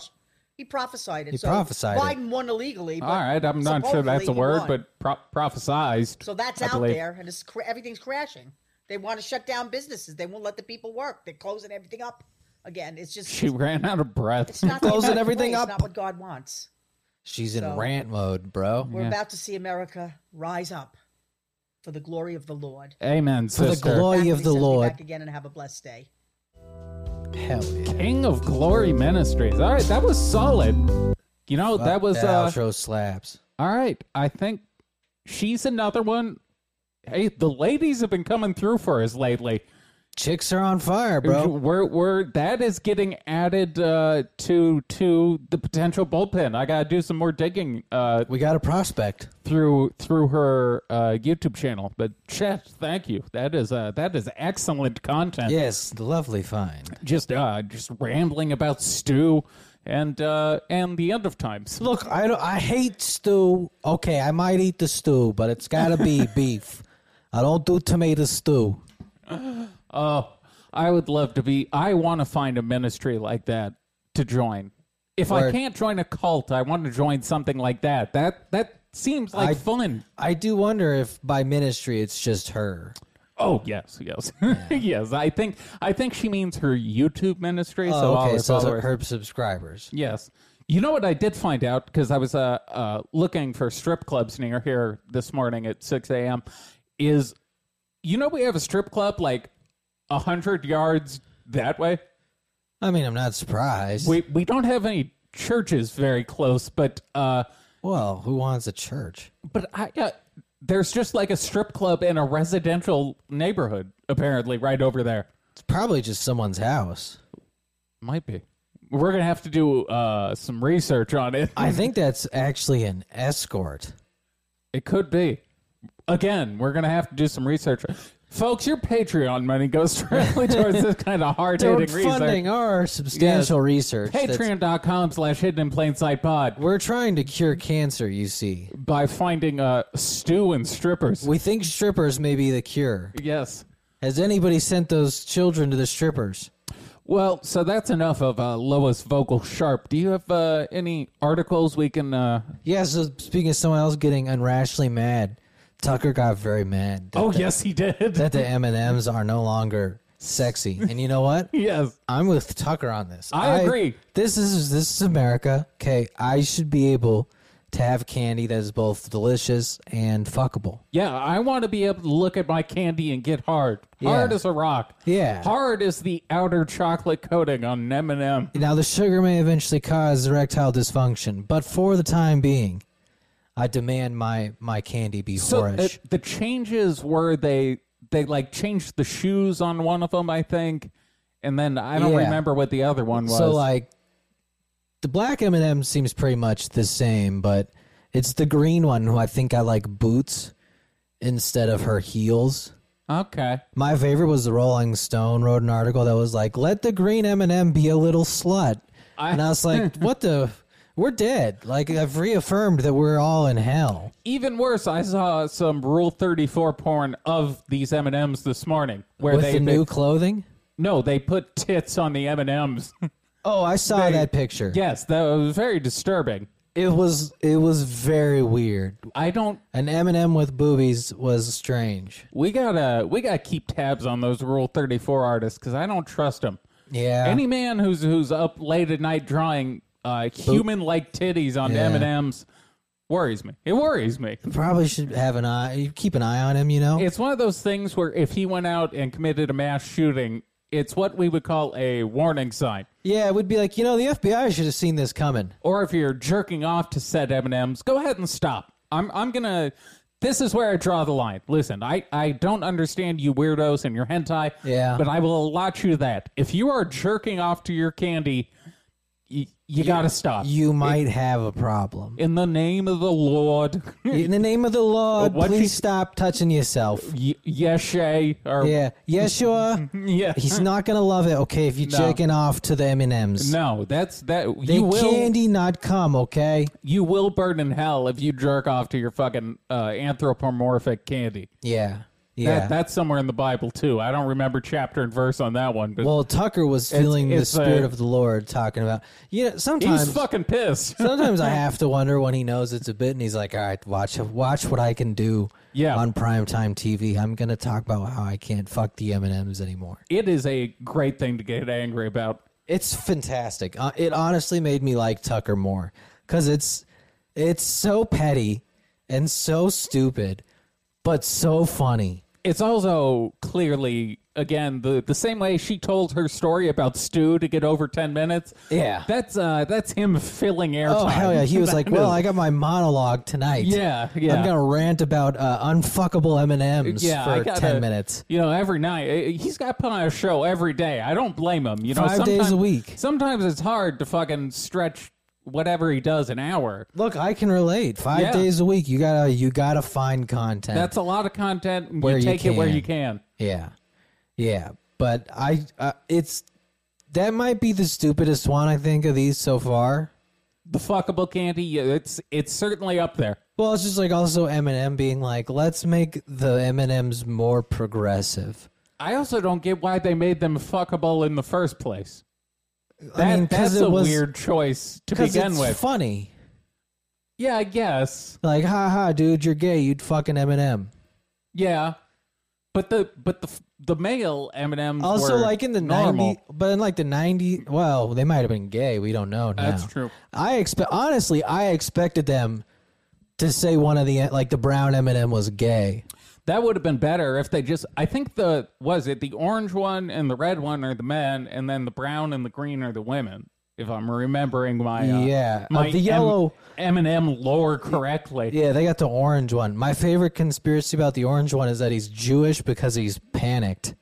Speaker 3: he prophesied it.
Speaker 2: He
Speaker 3: so
Speaker 2: prophesied it.
Speaker 3: Biden won illegally. But
Speaker 1: All right, I'm not sure that's a
Speaker 3: supposedly he
Speaker 1: word,
Speaker 3: won.
Speaker 1: but pro- prophesized.
Speaker 3: so that's
Speaker 1: I
Speaker 3: out
Speaker 1: believe.
Speaker 3: there, and it's cra- everything's crashing. They want to shut down businesses. They won't let the people work. They're closing everything up again. It's just
Speaker 1: She ran out of
Speaker 3: it's
Speaker 1: breath.
Speaker 3: not
Speaker 2: Closing everything
Speaker 3: It's
Speaker 2: up.
Speaker 3: not what God wants.
Speaker 2: She's in
Speaker 3: So-
Speaker 2: rant mode, bro.
Speaker 3: We're
Speaker 1: Yeah.
Speaker 3: about to see America rise up for the glory of the Lord.
Speaker 1: Amen,
Speaker 2: For the
Speaker 1: sister.
Speaker 2: glory of
Speaker 3: Anthony
Speaker 2: the
Speaker 3: says, "Be
Speaker 2: Lord.
Speaker 3: Back again and have a blessed day.
Speaker 2: Hell yeah.
Speaker 1: King of Glory Ministries. All right, that was solid. You know, that was uh,
Speaker 2: outro slaps.
Speaker 1: all right. I think she's another one. Hey, the ladies have been coming through for us lately.
Speaker 2: Chicks are on fire, bro.
Speaker 1: We're, we're that is getting added uh, to to the potential bullpen. I gotta do some more digging uh,
Speaker 2: We got a prospect.
Speaker 1: through through her uh, YouTube channel. But Chet, thank you. That is uh, that is excellent content.
Speaker 2: Yes, the lovely find.
Speaker 1: Just uh, just rambling about stew and uh, and the end of times.
Speaker 2: Look, I don't, I hate stew. Okay, I might eat the stew, but it's
Speaker 1: <laughs>
Speaker 2: gotta be beef. I don't do tomato stew.
Speaker 1: Oh, I would love to be. I want to find a ministry like that to join. If I
Speaker 2: Word.
Speaker 1: can't join a cult, I want to join something like that. That that seems like
Speaker 2: I-
Speaker 1: fun.
Speaker 2: I do wonder if by ministry it's just her.
Speaker 1: Oh yes, yes, <laughs> yes. I think I think she means her YouTube ministry. so
Speaker 2: Oh,
Speaker 1: all
Speaker 2: okay,
Speaker 1: her
Speaker 2: so it's
Speaker 1: followers.
Speaker 2: her subscribers.
Speaker 1: Yes. You know what I did find out because I was uh, uh, looking for strip clubs near here this morning at 6 a.m. Is you know we have a strip club like a hundred yards that way.
Speaker 2: I mean, I'm not surprised.
Speaker 1: We we don't have any churches very close, but uh,
Speaker 2: well, who wants a church?
Speaker 1: but I uh, there's just like a strip club in a residential neighborhood apparently right over there.
Speaker 2: It's probably just someone's house.
Speaker 1: Might be. We're gonna have to do uh, some research on it.
Speaker 2: I think that's actually an escort.
Speaker 1: It could be. Again, we're gonna have to do some research, folks. Your Patreon money goes <laughs> directly towards this kind of
Speaker 2: We're
Speaker 1: hard-hitting
Speaker 2: funding
Speaker 1: research.
Speaker 2: our substantial research. that's-
Speaker 1: Patreon.com/slash Hidden in Plain Sight Pod
Speaker 2: We're trying to cure cancer, you see.
Speaker 1: by finding uh, stew and strippers.
Speaker 2: We think strippers may be the cure.
Speaker 1: Yes.
Speaker 2: Has anybody sent those children to the strippers?
Speaker 1: Well, so that's enough of uh, Lois Vogel Sharp. Do you have uh, any articles we can? Uh...
Speaker 2: Yeah, so speaking of someone else getting unrationally mad, Tucker got very mad that,
Speaker 1: Oh, yes, he did.
Speaker 2: that the M&Ms are no longer sexy. And you know what?
Speaker 1: <laughs> yes.
Speaker 2: I'm with Tucker on this.
Speaker 1: I agree.
Speaker 2: This is this is America. Okay, I should be able to have candy that is both delicious and fuckable.
Speaker 1: Yeah, I want to be able to look at my candy and get hard. Hard
Speaker 2: Yeah.
Speaker 1: as a rock.
Speaker 2: Yeah.
Speaker 1: Hard as the outer chocolate coating on an M&M.
Speaker 2: Now, the sugar may eventually cause erectile dysfunction, but for the time being, I demand my my candy be
Speaker 1: So uh,
Speaker 2: whorish.
Speaker 1: the changes were they they like changed the shoes on one of them, I think, and then I don't
Speaker 2: Yeah.
Speaker 1: remember what the other one was.
Speaker 2: so like the black M and M seems pretty much the same, but it's the green one who I think I like boots instead of her heels.
Speaker 1: okay,
Speaker 2: My favorite was the Rolling Stone wrote an article that was like, "Let the green M and M be a little slut,"
Speaker 1: I-
Speaker 2: and I
Speaker 1: <laughs>
Speaker 2: was like, "What the." We're dead. Like I've reaffirmed that we're all in hell.
Speaker 1: even worse, I saw some Rule Thirty Four porn of these M and M's this morning where
Speaker 2: With
Speaker 1: they
Speaker 2: the new
Speaker 1: they-
Speaker 2: clothing?
Speaker 1: no they put tits on the M and M's. <laughs>
Speaker 2: Oh, I saw that picture.
Speaker 1: yes, that was very disturbing.
Speaker 2: It was it was very weird.
Speaker 1: I don't.
Speaker 2: An M with boobies was strange.
Speaker 1: We gotta we gotta keep tabs on those Rule Thirty Four artists because I don't trust them.
Speaker 2: Yeah.
Speaker 1: Any man who's who's up late at night drawing uh, human like titties on
Speaker 2: Yeah.
Speaker 1: M and M's worries me. It worries me.
Speaker 2: Probably should have an eye. Keep an eye on him. You know.
Speaker 1: It's one of those things where if he went out and committed a mass shooting, it's what we would call a warning sign.
Speaker 2: yeah, it would be like you know the FBI should have seen this coming.
Speaker 1: Or if you're jerking off to said M and M's, go ahead and stop. I'm I'm gonna. This is where I draw the line. Listen, I, I don't understand you weirdos and your hentai.
Speaker 2: Yeah.
Speaker 1: But I will allot you that if you are jerking off to your candy, you, you gotta stop.
Speaker 2: You might have a problem.
Speaker 1: In the name of the Lord, <laughs>
Speaker 2: In the name of the Lord,
Speaker 1: what
Speaker 2: please
Speaker 1: you-
Speaker 2: stop touching yourself.
Speaker 1: y- Yeshe, or
Speaker 2: Yeah, Yeshua.
Speaker 1: <laughs> yeah.
Speaker 2: He's not gonna love it. Okay, if you're
Speaker 1: No.
Speaker 2: checking off to the M and M's,
Speaker 1: no, that's that.
Speaker 2: they
Speaker 1: You will,
Speaker 2: candy not come. Okay.
Speaker 1: you will burn in hell if you jerk off to your fucking uh, anthropomorphic candy.
Speaker 2: Yeah. Yeah.
Speaker 1: That, that's somewhere in the Bible too. I don't remember chapter and verse on that one, but
Speaker 2: well, Tucker was feeling
Speaker 1: it's
Speaker 2: the spirit
Speaker 1: a-
Speaker 2: of the Lord talking about. You know, sometimes
Speaker 1: he's fucking pissed. <laughs>
Speaker 2: Sometimes I have to wonder when he knows it's a bit, and he's like, "All right, watch, watch what I can do."
Speaker 1: Yeah.
Speaker 2: on primetime TV, I'm gonna talk about how I can't fuck the M and M's anymore.
Speaker 1: it is a great thing to get angry about.
Speaker 2: It's fantastic. Uh, it honestly made me like Tucker more because it's it's so petty and so stupid, but so funny.
Speaker 1: It's also clearly again the the same way she told her story about Stu to get over ten minutes.
Speaker 2: Yeah.
Speaker 1: that's uh that's him filling airtime.
Speaker 2: Oh hell yeah!
Speaker 1: <laughs>
Speaker 2: He was like, "Well, I got my monologue tonight.
Speaker 1: Yeah, yeah.
Speaker 2: I'm gonna rant about uh, unfuckable M and M's
Speaker 1: yeah, I
Speaker 2: for
Speaker 1: gotta-
Speaker 2: ten minutes."
Speaker 1: You know, every night Eh, he's got put on a show every day. I don't blame him. You know,
Speaker 2: Five days a
Speaker 1: sometime-
Speaker 2: week.
Speaker 1: Sometimes it's hard to fucking stretch whatever he does an hour.
Speaker 2: Look, I can relate. Five
Speaker 1: Yeah.
Speaker 2: days a week, you gotta you gotta find content.
Speaker 1: That's a lot of content. and
Speaker 2: Where
Speaker 1: you
Speaker 2: you
Speaker 1: take it where
Speaker 2: can.
Speaker 1: you can.
Speaker 2: yeah, yeah. But I, uh, it's that might be the stupidest one I think of these so far.
Speaker 1: The fuckable candy, yeah, it's it's certainly up there.
Speaker 2: Well, it's just like also Eminem being like, let's make the M and M's more progressive.
Speaker 1: I also don't get why they made them fuckable in the first place. That,
Speaker 2: I mean, 'cause
Speaker 1: that's
Speaker 2: it
Speaker 1: a
Speaker 2: was-
Speaker 1: weird choice to
Speaker 2: Because
Speaker 1: begin
Speaker 2: it's
Speaker 1: with.
Speaker 2: funny.
Speaker 1: yeah, I guess.
Speaker 2: Like, ha ha, dude, you're gay. You'd fucking Eminem.
Speaker 1: Yeah, but the but the the male Eminems
Speaker 2: Also,
Speaker 1: were
Speaker 2: like in the
Speaker 1: normal.
Speaker 2: '90s, but in like the '90s, well, they might have been gay. We don't know now.
Speaker 1: That's true.
Speaker 2: I expect honestly, I expected them to say one of the like the brown Eminem was gay.
Speaker 1: That would have been better if they just. I think the was it the orange one and the red one are the men, and then the brown and the green are the women. If I'm remembering my uh,
Speaker 2: Yeah,
Speaker 1: my
Speaker 2: of the yellow-
Speaker 1: M and M lore correctly.
Speaker 2: Yeah, they got the orange one. My favorite conspiracy about the orange one is that he's Jewish because he's panicked.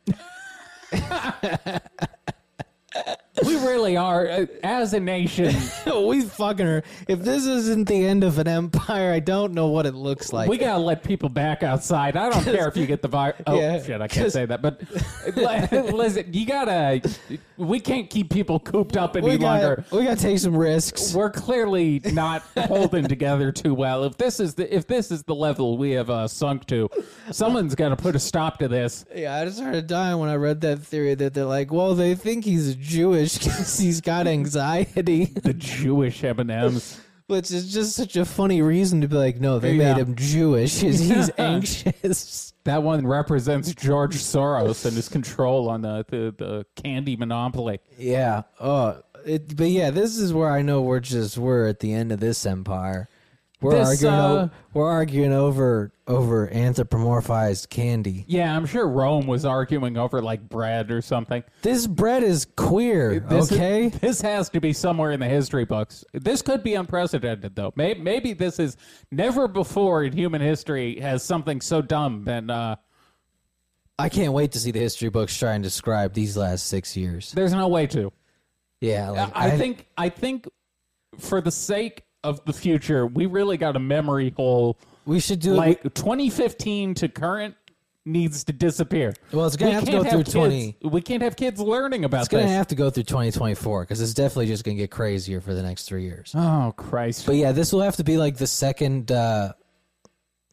Speaker 1: We really are uh, as a nation.
Speaker 2: <laughs> we fucking are. If this isn't the end of an empire, I don't know what it looks <laughs> like.
Speaker 1: we gotta let people back outside. I don't care if you get the virus. Oh
Speaker 2: Yeah,
Speaker 1: shit, I can't
Speaker 2: 'cause-
Speaker 1: say that. But <laughs> li- listen, you gotta. We can't keep people cooped up any
Speaker 2: we
Speaker 1: longer.
Speaker 2: got we got to take some risks.
Speaker 1: we're clearly not holding together too well. If this is the if this is the level we have uh, sunk to, someone's got to put a stop to this.
Speaker 2: Yeah, I just started dying when I read that theory that they're like, well, they think he's Jewish <laughs> because he's got anxiety,
Speaker 1: The Jewish M and M's.
Speaker 2: which is just such a funny reason to be like, no, they
Speaker 1: Yeah.
Speaker 2: made him Jewish. <laughs> He's, he's anxious.
Speaker 1: That one represents George Soros and his control on the the, the candy monopoly.
Speaker 2: Yeah. Oh, it, but yeah, this is where I know we're just we're at the end of this empire. We're
Speaker 1: This,
Speaker 2: arguing. o-
Speaker 1: uh,
Speaker 2: we're arguing over over anthropomorphized candy.
Speaker 1: Yeah, I'm sure Rome was arguing over like bread or something.
Speaker 2: This bread is queer.
Speaker 1: This is-
Speaker 2: okay.
Speaker 1: this has to be somewhere in the history books. This could be unprecedented, though. Maybe, maybe this is never before in human history has something so dumb been uh,
Speaker 2: I can't wait to see the history books try and describe these last six years.
Speaker 1: There's no way to.
Speaker 2: Yeah. Like,
Speaker 1: I, think I think for the sake of the future, we really got a memory hole.
Speaker 2: we should do it.
Speaker 1: Like 2015 to current needs to disappear.
Speaker 2: Well, it's gonna
Speaker 1: We
Speaker 2: have to
Speaker 1: can't
Speaker 2: go through
Speaker 1: kids-
Speaker 2: 20.
Speaker 1: We can't have kids learning about
Speaker 2: It's gonna
Speaker 1: this.
Speaker 2: have to go through 2024 because it's definitely just gonna get crazier for the next three years.
Speaker 1: oh Christ!
Speaker 2: But yeah, this will have to be like the second, uh,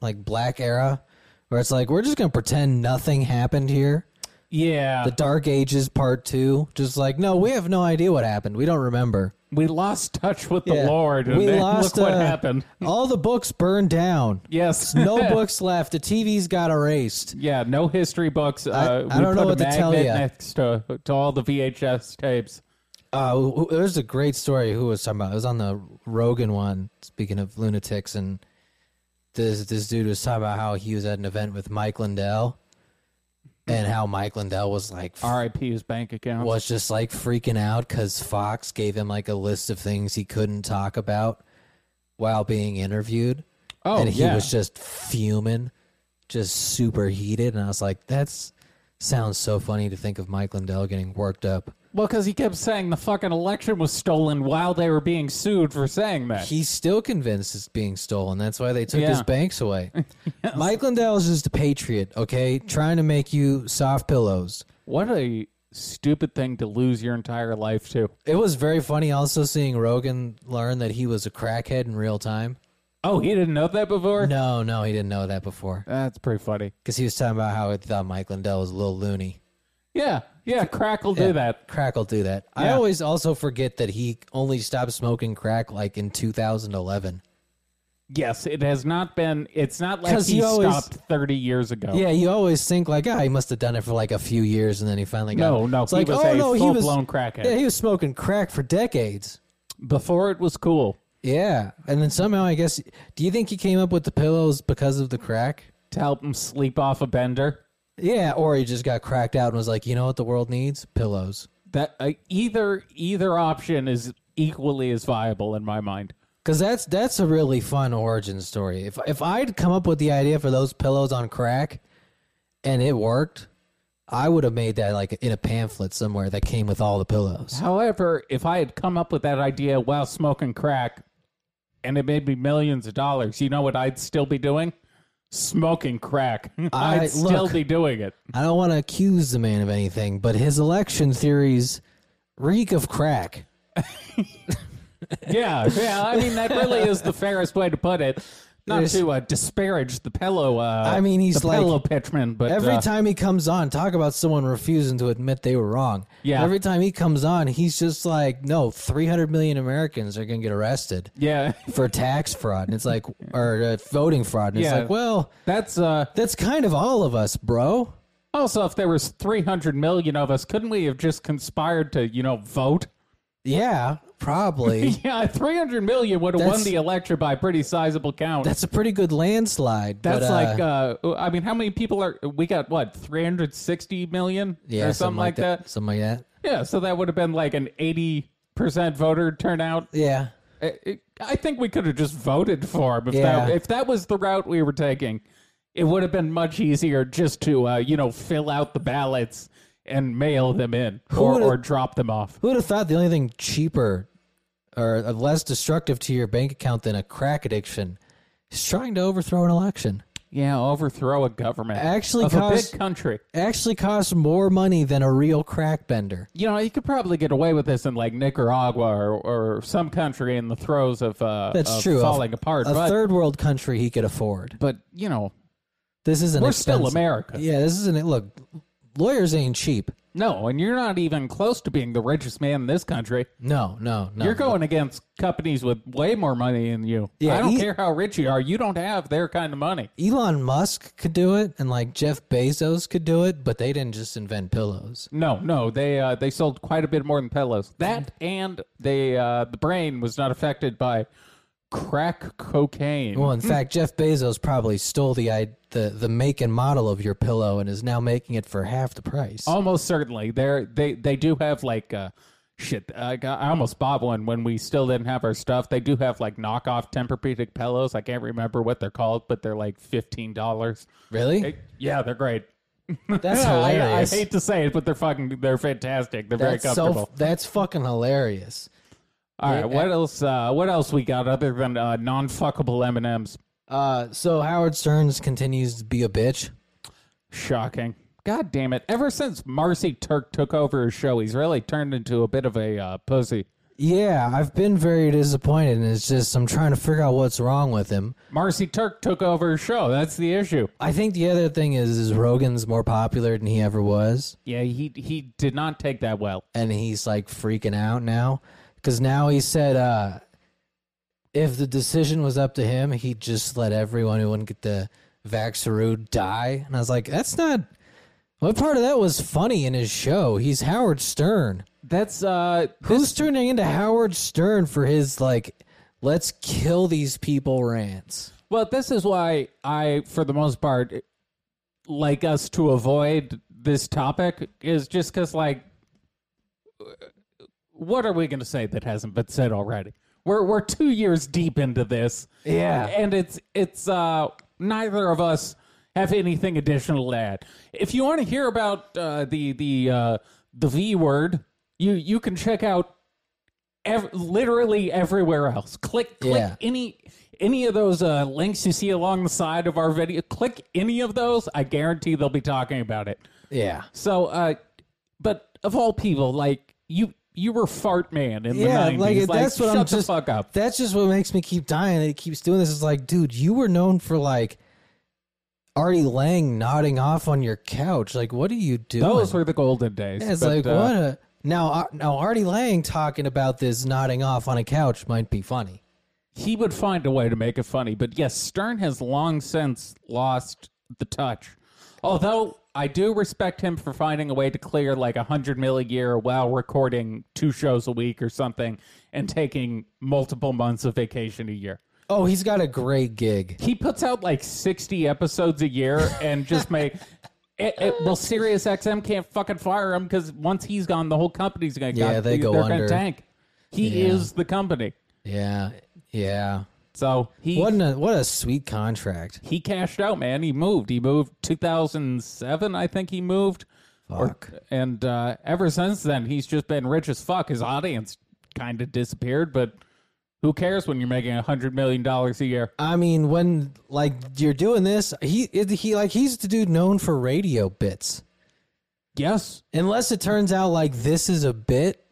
Speaker 2: like black era, where it's like we're just gonna pretend nothing happened here.
Speaker 1: yeah,
Speaker 2: The Dark Ages Part Two, just like no, we have no idea what happened. We don't remember.
Speaker 1: we lost touch with
Speaker 2: Yeah.
Speaker 1: the Lord, and
Speaker 2: we
Speaker 1: then
Speaker 2: lost.
Speaker 1: look what
Speaker 2: uh,
Speaker 1: happened.
Speaker 2: All the books burned down.
Speaker 1: Yes,
Speaker 2: No books left. The TVs got erased.
Speaker 1: <laughs> Yeah, no history books. Uh,
Speaker 2: I
Speaker 1: we put
Speaker 2: don't know
Speaker 1: a
Speaker 2: what to tell
Speaker 1: magnet
Speaker 2: ya.
Speaker 1: Next to, to all the VHS tapes.
Speaker 2: Uh, wh- wh- there's a great story. Who was talking about? It was on the Rogan one. Speaking of lunatics, and this this dude was talking about how he was at an event with Mike Lindell, and how Mike Lindell was like f-
Speaker 1: R.I.P. his bank account.
Speaker 2: was just like freaking out because Fox gave him like a list of things he couldn't talk about while being interviewed,
Speaker 1: Oh,
Speaker 2: and he
Speaker 1: yeah.
Speaker 2: was just fuming, just super heated. And I was like, that's sounds so funny to think of Mike Lindell getting worked up.
Speaker 1: Well, because he kept saying the fucking election was stolen while they were being sued for saying that.
Speaker 2: <laughs> He's still convinced it's being stolen. That's why they took
Speaker 1: Yeah.
Speaker 2: his
Speaker 1: <laughs>
Speaker 2: banks away. Mike Lindell is just a patriot, okay? Trying to make you soft pillows.
Speaker 1: what a stupid thing to lose your entire life to.
Speaker 2: It was very funny also seeing Rogan learn that he was a crackhead in real time.
Speaker 1: Oh, he didn't know that before?
Speaker 2: No, no, he didn't know that before.
Speaker 1: That's pretty funny.
Speaker 2: Because he was talking about how he thought Mike Lindell was a little loony.
Speaker 1: Yeah, yeah, Crack will do that.
Speaker 2: Crack will do that. I
Speaker 1: Yeah.
Speaker 2: always also forget that he only stopped smoking crack like in 2011.
Speaker 1: Yes, it has not been, it's not like
Speaker 2: 'Cause
Speaker 1: he,
Speaker 2: he always-
Speaker 1: stopped 30 years ago.
Speaker 2: Yeah, you always think like, ah, he must have done it for like a few years, and then he finally got.
Speaker 1: No, no,
Speaker 2: it's
Speaker 1: he
Speaker 2: like,
Speaker 1: was
Speaker 2: oh
Speaker 1: a
Speaker 2: no, he was
Speaker 1: full-blown crackhead.
Speaker 2: Yeah, he was smoking crack for decades.
Speaker 1: Before it was cool.
Speaker 2: Yeah, and then somehow I guess, do you think he came up with the pillows because of the crack?
Speaker 1: to help him sleep off a bender.
Speaker 2: Yeah, or he just got cracked out and was like, you know what the world needs? Pillows.
Speaker 1: That uh, either either option is equally as viable in my mind.
Speaker 2: Because that's that's a really fun origin story. If if I'd come up with the idea for those pillows on crack, and it worked, I would have made that like in a pamphlet somewhere that came with all the pillows.
Speaker 1: However, if I had come up with that idea while smoking crack, and it made me millions of dollars, you know what I'd still be doing? Smoking crack. <laughs> I'd
Speaker 2: I-
Speaker 1: still
Speaker 2: look.
Speaker 1: be doing it.
Speaker 2: I don't want to accuse the man of anything, but his election theories reek of crack. <laughs>
Speaker 1: Yeah, yeah. I mean, that really is the fairest way to put it. Not
Speaker 2: There's-
Speaker 1: to uh, disparage the pillow. Uh,
Speaker 2: I mean, he's
Speaker 1: the
Speaker 2: like-
Speaker 1: pillow pitchman, but
Speaker 2: Every
Speaker 1: uh,
Speaker 2: time he comes on, talk about someone refusing to admit they were wrong.
Speaker 1: Yeah.
Speaker 2: Every time he comes on, he's just like, no, 300 million Americans are going to get arrested
Speaker 1: yeah, <laughs>
Speaker 2: for tax fraud. And it's like, or uh, voting fraud. And
Speaker 1: Yeah.
Speaker 2: it's like, well,
Speaker 1: that's uh,
Speaker 2: that's kind of all of us, bro.
Speaker 1: Also, if there was 300 million of us, couldn't we have just conspired to, you know, vote? <laughs>
Speaker 2: Yeah, probably.
Speaker 1: Yeah, 300 million would have won
Speaker 2: That's-
Speaker 1: the election by a pretty sizable count. That's,
Speaker 2: that's a pretty good landslide. but, uh,
Speaker 1: like, uh, I mean, how many people are, we got, what, 360 million
Speaker 2: yeah,
Speaker 1: or something, like that.
Speaker 2: Something like that.
Speaker 1: Yeah, so that would have been like an 80% voter turnout.
Speaker 2: Yeah.
Speaker 1: I- I- I think we could have just voted for him if, that,
Speaker 2: Yeah.
Speaker 1: if that was the route we were taking. It would have been much easier just to, uh, you know, fill out the ballots and mail them in or,
Speaker 2: would've-
Speaker 1: or drop them off.
Speaker 2: Who would have thought the only thing cheaper or less destructive to your bank account than a crack addiction is trying to overthrow an election?
Speaker 1: Yeah, overthrow a government.
Speaker 2: Actually
Speaker 1: of a
Speaker 2: cost-
Speaker 1: big country.
Speaker 2: Actually, costs more money than a real crack bender.
Speaker 1: You know, you could probably get away with this in like Nicaragua or, or some country in the throes of uh,
Speaker 2: That's
Speaker 1: of
Speaker 2: true. A-
Speaker 1: falling apart.
Speaker 2: A
Speaker 1: but,
Speaker 2: third world country he could afford.
Speaker 1: but you know,
Speaker 2: This is an
Speaker 1: we're still
Speaker 2: expensive-
Speaker 1: America.
Speaker 2: Yeah, this is an look. Lawyers ain't cheap.
Speaker 1: No, and you're not even close to being the richest man in this country.
Speaker 2: No, no, no.
Speaker 1: You're going against companies with way more money than you.
Speaker 2: Yeah,
Speaker 1: I don't
Speaker 2: he-
Speaker 1: care how rich you are. You don't have their kind of money.
Speaker 2: Elon Musk could do it, and like Jeff Bezos could do it, but they didn't just invent pillows.
Speaker 1: No, no, they uh, they sold quite a bit more than pillows. That and they uh, the brain was not affected by crack cocaine.
Speaker 2: Well, in fact, Jeff Bezos probably stole the i- the the make and model of your pillow and is now making it for half the price.
Speaker 1: Almost certainly, they they they do have like uh, shit. I, got, I almost bought one when we still didn't have our stuff. They do have like knockoff Tempur-Pedic pillows. I can't remember what they're called, but they're like fifteen dollars.
Speaker 2: Really?
Speaker 1: Yeah, they're great. <laughs>
Speaker 2: That's
Speaker 1: I, I
Speaker 2: hilarious.
Speaker 1: hate to say it, but they're fucking they're fantastic. They're
Speaker 2: that's
Speaker 1: very
Speaker 2: so.
Speaker 1: comfortable.
Speaker 2: f- That's fucking hilarious.
Speaker 1: All right, what else? Uh, what else we got other than uh, non-fuckable M and M's?
Speaker 2: Uh, so Howard Stearns continues to be a bitch.
Speaker 1: Shocking. God damn it! Ever since Marcy Turk took over his show, he's really turned into a bit of a uh, pussy.
Speaker 2: Yeah, I've been very disappointed, and it's just I'm trying to figure out what's wrong with him.
Speaker 1: Marcy Turk took over his show. That's the issue.
Speaker 2: I think the other thing is, is Rogan's more popular than he ever was,
Speaker 1: Yeah, he he did not take that well.
Speaker 2: and he's like freaking out now because now he said, uh, if the decision was up to him, he'd just let everyone who wouldn't get the Vaxarood die. And I was like, that's not. What part of that was funny in his show? He's Howard Stern.
Speaker 1: That's uh
Speaker 2: Who's turning into Howard Stern for his like, let's kill these people rants?
Speaker 1: well, this is why I for the most part like us to avoid this topic is just cuz like what are we going to say that hasn't been said already? We're we're 2 years deep into this.
Speaker 2: Yeah.
Speaker 1: And it's it's uh neither of us have anything additional to add. If you want to hear about uh the the uh the V word You you can check out ev- literally everywhere else. Click click
Speaker 2: Yeah.
Speaker 1: any any of those uh, links you see along the side of our video. Click any of those. I guarantee they'll be talking about it.
Speaker 2: Yeah.
Speaker 1: So, uh, but of all people, like you, you were fart man in
Speaker 2: Yeah,
Speaker 1: the 90s.
Speaker 2: like,
Speaker 1: Like,
Speaker 2: that's what
Speaker 1: shut
Speaker 2: I'm
Speaker 1: the
Speaker 2: just-
Speaker 1: fuck up.
Speaker 2: That's just what makes me keep dying. It keeps doing this. It's like, dude, you were known for like already laying, nodding off on your couch. Like, what are you doing?
Speaker 1: Those were the golden days.
Speaker 2: Yeah, it's
Speaker 1: but,
Speaker 2: like
Speaker 1: uh,
Speaker 2: what a now. Ar- Now Artie Lang talking about this nodding off on a couch might be funny.
Speaker 1: He would find a way to make it funny. But yes, Stern has long since lost the touch. Although I do respect him for finding a way to clear like a hundred mil a year while recording two shows a week or something and taking multiple months of vacation a year.
Speaker 2: Oh, he's got a great gig.
Speaker 1: he puts out like 60 episodes a year and just
Speaker 2: <laughs>
Speaker 1: make it, it, well Sirius XM can't fucking fire him because once he's gone the whole company's gonna
Speaker 2: Yeah,
Speaker 1: God,
Speaker 2: they go
Speaker 1: they're
Speaker 2: under.
Speaker 1: gonna tank he
Speaker 2: Yeah.
Speaker 1: is the company
Speaker 2: Yeah, yeah.
Speaker 1: so he
Speaker 2: What a what a sweet contract.
Speaker 1: he cashed out man he moved he moved 2007 I think he moved Or-
Speaker 2: Fuck.
Speaker 1: and uh, ever since then he's just been rich as fuck his audience kind of disappeared but who cares when you're making a hundred million dollars a year
Speaker 2: I mean, when like you're doing this, he it- he like he's the dude known for radio bits.
Speaker 1: yes
Speaker 2: Unless it turns out like this is a bit.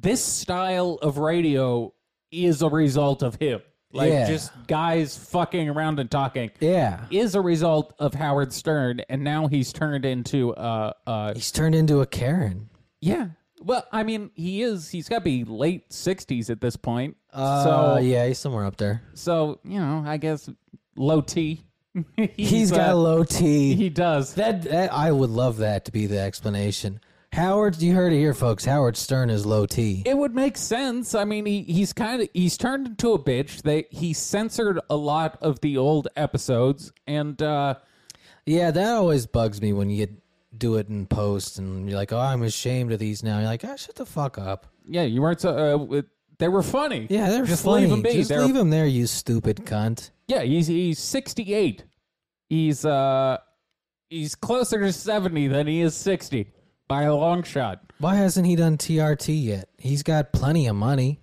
Speaker 1: this style of radio is a result of him. Like
Speaker 2: Yeah.
Speaker 1: just guys fucking around and talking
Speaker 2: Yeah,
Speaker 1: is a result of Howard Stern, and now he's turned into uh uh
Speaker 2: he's turned into a Karen.
Speaker 1: yeah. Well, I mean, he is. He's got to be late sixties at this point.
Speaker 2: Uh,
Speaker 1: so
Speaker 2: yeah, he's somewhere up there.
Speaker 1: so you know, I guess low T. <laughs> he's,
Speaker 2: he's got
Speaker 1: uh,
Speaker 2: low T.
Speaker 1: he does.
Speaker 2: That, that I would love that to be the explanation. Howard, you heard it here, folks. Howard Stern is low T.
Speaker 1: it would make sense. I mean, he, he's kind of he's turned into a bitch. They he censored a lot of the old episodes, and uh,
Speaker 2: Yeah, that always bugs me when you do it in post and you're like, "Oh, I'm ashamed of these now." You're like, "Ah, shut the fuck up."
Speaker 1: yeah, you weren't so. Uh, with- they were funny.
Speaker 2: Yeah, they're
Speaker 1: just
Speaker 2: funny.
Speaker 1: leave him be.
Speaker 2: Just
Speaker 1: They're-
Speaker 2: leave him there, you stupid cunt.
Speaker 1: Yeah, he's he's sixty eight. He's uh he's closer to seventy than he is sixty by a long shot
Speaker 2: Why hasn't he done TRT yet? He's got plenty of money.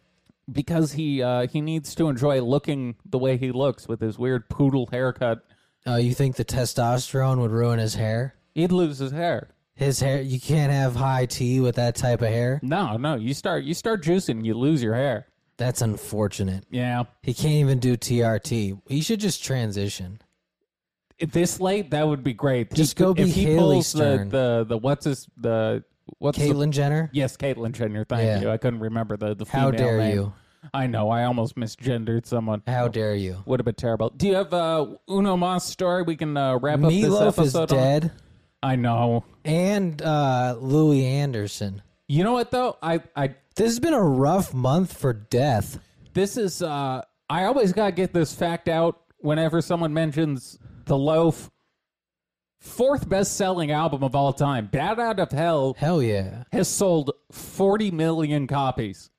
Speaker 1: because he uh he needs to enjoy looking the way he looks with his weird poodle haircut.
Speaker 2: Oh, you think the testosterone would ruin his hair?
Speaker 1: He'd lose his hair.
Speaker 2: His hair, you can't have high T with that type of hair.
Speaker 1: No, no, you start you start juicing, you lose your hair.
Speaker 2: That's unfortunate.
Speaker 1: Yeah.
Speaker 2: He can't even do TRT. He should just transition.
Speaker 1: If this late, that would be great.
Speaker 2: Just
Speaker 1: He-
Speaker 2: go be
Speaker 1: if he
Speaker 2: Haley
Speaker 1: pulls
Speaker 2: Stern.
Speaker 1: The, the the what's his the what's the-
Speaker 2: Caitlyn Jenner?
Speaker 1: yes, Caitlyn Jenner. Thank
Speaker 2: Yeah.
Speaker 1: you. I couldn't remember the the
Speaker 2: How
Speaker 1: female
Speaker 2: dare
Speaker 1: name.
Speaker 2: you?
Speaker 1: I know. I almost misgendered someone.
Speaker 2: How dare you?
Speaker 1: Would have been terrible. Do you have a Uno Mas story we can uh, wrap up this
Speaker 2: Meatloaf is
Speaker 1: episode? on?
Speaker 2: dead,
Speaker 1: I know.
Speaker 2: and uh, Louis Anderson.
Speaker 1: You know what though? I I
Speaker 2: This has been a rough month for death.
Speaker 1: this is uh I always gotta get this fact out whenever someone mentions the loaf. Fourth best selling album of all time, Bad Out of Hell,
Speaker 2: Hell yeah!
Speaker 1: has sold 40 million copies.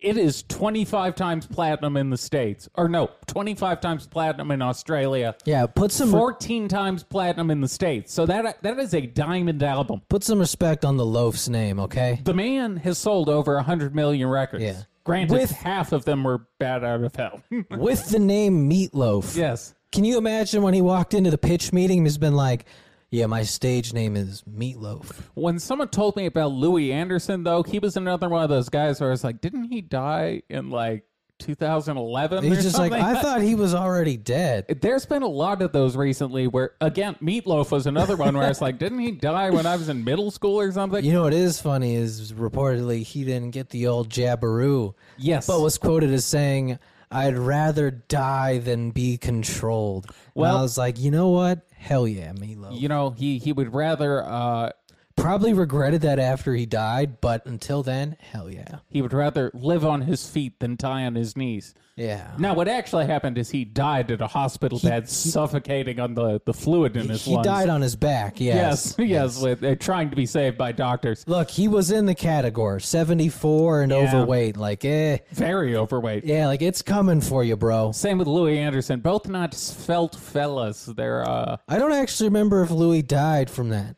Speaker 1: It is 25 times platinum in the States. Or no, 25 times platinum in Australia,
Speaker 2: Yeah, put some
Speaker 1: 14 times platinum in the States. So that that is a diamond album.
Speaker 2: put some respect on the loaf's name, okay?
Speaker 1: The man has sold over 100 million records.
Speaker 2: Yeah.
Speaker 1: Granted,
Speaker 2: With-
Speaker 1: half of them were bad out of hell. <laughs>
Speaker 2: With the name Meatloaf.
Speaker 1: yes.
Speaker 2: Can you imagine when he walked into the pitch meeting? He's been like, "Yeah, my stage name is Meatloaf."
Speaker 1: When someone told me about Louis Anderson, though, he was another one of those guys where I was like, didn't he die in like 2011?
Speaker 2: He's
Speaker 1: or
Speaker 2: just
Speaker 1: something?
Speaker 2: like, "I thought he was already dead."
Speaker 1: <laughs> There's been a lot of those recently where, again, Meatloaf was another one where it's like, didn't he die when I was in middle school or something?
Speaker 2: You know what is funny is reportedly he didn't get the old jabberoo.
Speaker 1: Yes.
Speaker 2: But was quoted as saying, I'd rather die than be controlled. Well,
Speaker 1: Well-
Speaker 2: I was like, you know what? Hell yeah, Meatloaf.
Speaker 1: You know, he, he would rather uh,
Speaker 2: Probably regretted that after he died, but until then, hell yeah.
Speaker 1: he would rather live on his feet than die on his knees.
Speaker 2: Yeah.
Speaker 1: Now, what actually happened is he died at a hospital bed, suffocating on the, the fluid in his
Speaker 2: he
Speaker 1: lungs.
Speaker 2: died on his back, yes.
Speaker 1: <laughs>
Speaker 2: <laughs>
Speaker 1: yes, yes, with uh, trying to be saved by doctors.
Speaker 2: Look, he was in the category 74 and overweight. Like, eh.
Speaker 1: Very overweight.
Speaker 2: Yeah, like it's coming for you, bro.
Speaker 1: Same with Louis Anderson. Both not svelte fellas. They're uh,
Speaker 2: I don't actually remember if Louis died from that.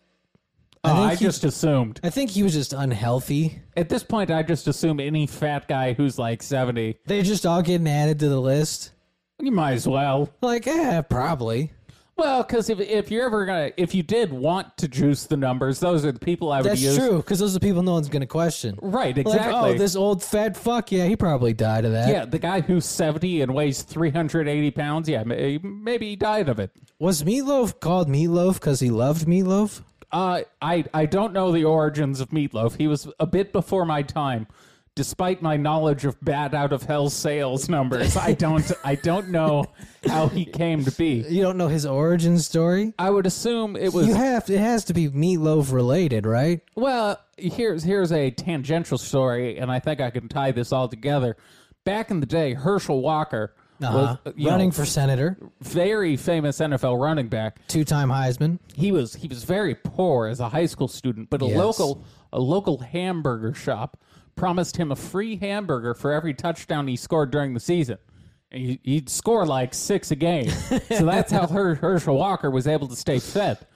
Speaker 1: Oh,
Speaker 2: think
Speaker 1: I,
Speaker 2: he's-
Speaker 1: just assumed.
Speaker 2: I think he was just unhealthy.
Speaker 1: At this point, I just assume any fat guy who's like 70,
Speaker 2: They just all getting added to the list.
Speaker 1: you might as well.
Speaker 2: Like, eh, probably.
Speaker 1: Well, because if, if you're ever going to, if you did want to juice the numbers, those are the people I would
Speaker 2: That's
Speaker 1: use.
Speaker 2: true, because those are people no one's going to question.
Speaker 1: Right,
Speaker 2: Like,
Speaker 1: exactly.
Speaker 2: oh, this old fat fuck. Yeah, he probably died of that.
Speaker 1: yeah, the guy who's 70 and weighs 380 pounds, yeah, may- maybe he died of it.
Speaker 2: Was Meatloaf called Meatloaf because he loved meatloaf?
Speaker 1: Uh, I I don't know the origins of Meatloaf. He was a bit before my time, despite my knowledge of bad out of hell sales numbers. I don't I don't know how he came to be.
Speaker 2: You don't know his origin story?
Speaker 1: I would assume it was
Speaker 2: You have to, it has to be meatloaf related, right?
Speaker 1: well. Here's here's a tangential story, and I think I can tie this all together. Back in the day, Herschel Walker
Speaker 2: Uh-huh.
Speaker 1: was you know,
Speaker 2: Running for senator,
Speaker 1: very famous NFL running back.
Speaker 2: two-time Heisman.
Speaker 1: he was he was very poor as a high school student, but a
Speaker 2: Yes.
Speaker 1: local a local hamburger shop promised him a free hamburger for every touchdown he scored during the season. And he- he'd score like six a game, so that's how Her- Herschel Walker was able to stay fed.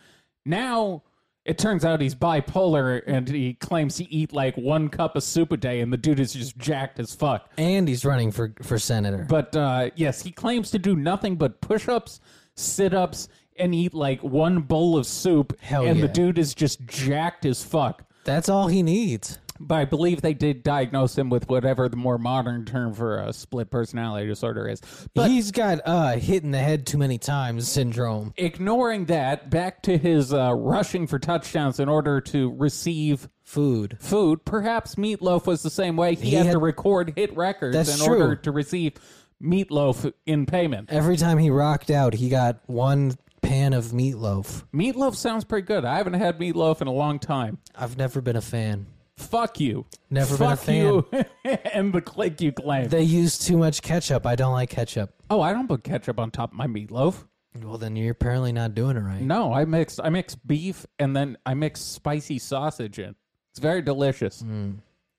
Speaker 1: Now it turns out he's bipolar, and he claims to eat like one cup of soup a day, and the dude is just jacked as fuck.
Speaker 2: And he's running for, for senator.
Speaker 1: But uh, yes, he claims to do nothing but push ups, sit ups, and eat like one bowl of soup.
Speaker 2: Hell
Speaker 1: and the
Speaker 2: yeah.
Speaker 1: dude is just jacked as fuck.
Speaker 2: That's all he needs.
Speaker 1: But I believe they did diagnose him with whatever the more modern term for a split personality disorder is. But
Speaker 2: he's got uh, hit in the head too many times syndrome.
Speaker 1: ignoring that, back to his uh, rushing for touchdowns in order to receive
Speaker 2: Food.
Speaker 1: food. Perhaps Meatloaf was the same way. He,
Speaker 2: He
Speaker 1: had,
Speaker 2: had-
Speaker 1: to record hit records
Speaker 2: That's
Speaker 1: in order
Speaker 2: true.
Speaker 1: to receive Meatloaf in payment.
Speaker 2: Every time he rocked out, he got one pan of meatloaf.
Speaker 1: Meatloaf sounds pretty good. I haven't had meatloaf in a long time.
Speaker 2: I've never been a fan.
Speaker 1: Fuck you.
Speaker 2: Never been a
Speaker 1: Fuck you <laughs> and the click you claim.
Speaker 2: They use too much ketchup. I don't like ketchup.
Speaker 1: oh, I don't put ketchup on top of my meatloaf.
Speaker 2: Well, then you're apparently not doing it right.
Speaker 1: No, I mix I mix beef and then I mix spicy sausage in. It's very delicious. I,
Speaker 2: Hmm.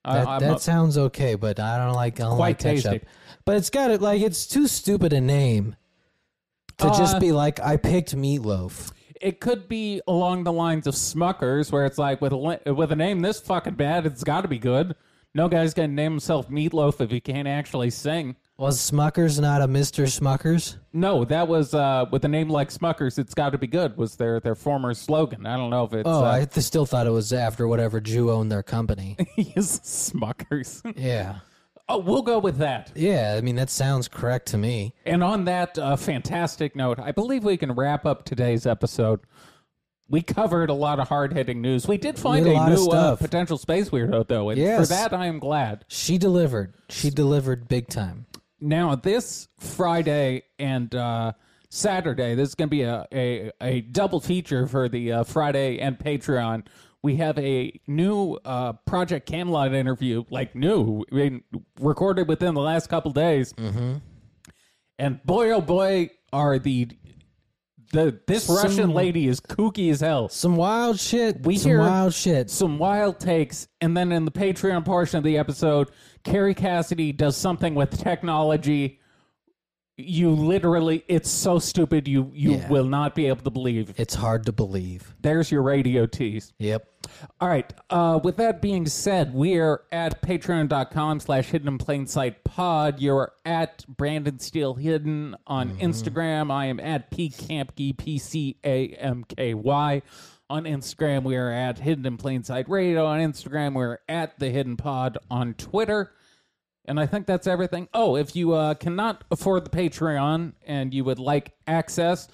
Speaker 2: That,
Speaker 1: I'm
Speaker 2: that
Speaker 1: a-
Speaker 2: sounds okay, but I don't like I don't
Speaker 1: quite
Speaker 2: like
Speaker 1: tasty.
Speaker 2: ketchup. But it's got it like it's too stupid a name to
Speaker 1: Uh,
Speaker 2: just be like I picked meatloaf.
Speaker 1: it could be along the lines of Smuckers, where it's like with a li- with a name this fucking bad, it's got to be good. No guy's gonna name himself Meatloaf if he can't actually sing.
Speaker 2: Was Smuckers not a Mister Smuckers?
Speaker 1: No, that was uh, with a name like Smuckers. It's got to be good. Was their their former slogan? I don't know if it's
Speaker 2: Oh,
Speaker 1: uh, <laughs>
Speaker 2: I th- still thought it was after whatever Jew owned their company.
Speaker 1: Yes, Smuckers.
Speaker 2: yeah,
Speaker 1: oh, we'll go with that.
Speaker 2: yeah. I mean that sounds correct to me.
Speaker 1: And on that uh, fantastic note, I believe we can wrap up today's episode. We covered a lot of hard hitting news. We did find
Speaker 2: did a
Speaker 1: a,
Speaker 2: lot of
Speaker 1: new uh,
Speaker 2: stuff.
Speaker 1: potential space weirdo, though. And
Speaker 2: Yes.
Speaker 1: for that, I am glad.
Speaker 2: She delivered. She delivered big time.
Speaker 1: Now, this Friday and uh, Saturday, this is going to be a, a, a double feature for the uh, Friday and Patreon. We have a new uh, Project Camelot interview, like new, I mean, recorded within the last couple days. Mm-hmm. And boy, oh boy, are the the this Russian lady is kooky as hell
Speaker 2: Some wild shit.
Speaker 1: We
Speaker 2: some
Speaker 1: hear-
Speaker 2: wild shit.
Speaker 1: some wild takes, and then in the Patreon portion of the episode, Carrie Cassidy does something with technology. You literally, it's so stupid. You you
Speaker 2: Yeah.
Speaker 1: will not be able to believe.
Speaker 2: It's hard to believe.
Speaker 1: There's your radio tease.
Speaker 2: Yep.
Speaker 1: All right. Uh, with that being said, we are at patreon.com slash hidden in plain sight pod. You're at Brandon Steele Hidden on Instagram. I am at pcampky, P C A M K Y. On Instagram, we are at Hidden in Plain Sight Radio. On Instagram, we're at The Hidden Pod on Twitter. And I think that's everything. Oh, if you uh, cannot afford the Patreon and you would like access,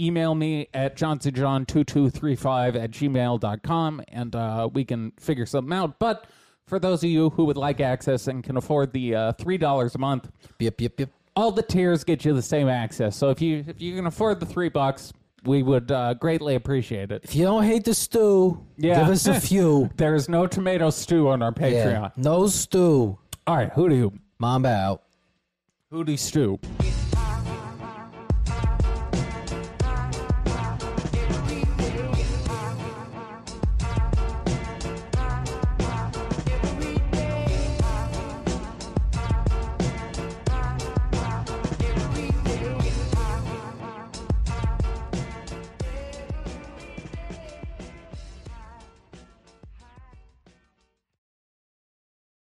Speaker 1: email me at johnsonjohn2235 at gmail.com and uh, we can figure something out. But for those of you who would like access and can afford the uh, $3 a month,
Speaker 2: Yep. Yep. Yep.
Speaker 1: all the tiers get you the same access. So if you if you can afford the three bucks, we would uh, greatly appreciate it.
Speaker 2: If you don't hate the stew,
Speaker 1: Yeah.
Speaker 2: give
Speaker 1: <laughs>
Speaker 2: us a few.
Speaker 1: There is no tomato stew on our
Speaker 2: yeah.
Speaker 1: Patreon.
Speaker 2: No stew.
Speaker 1: All right, who do you?
Speaker 2: Mamba out.
Speaker 1: Hootie Stew.
Speaker 4: It's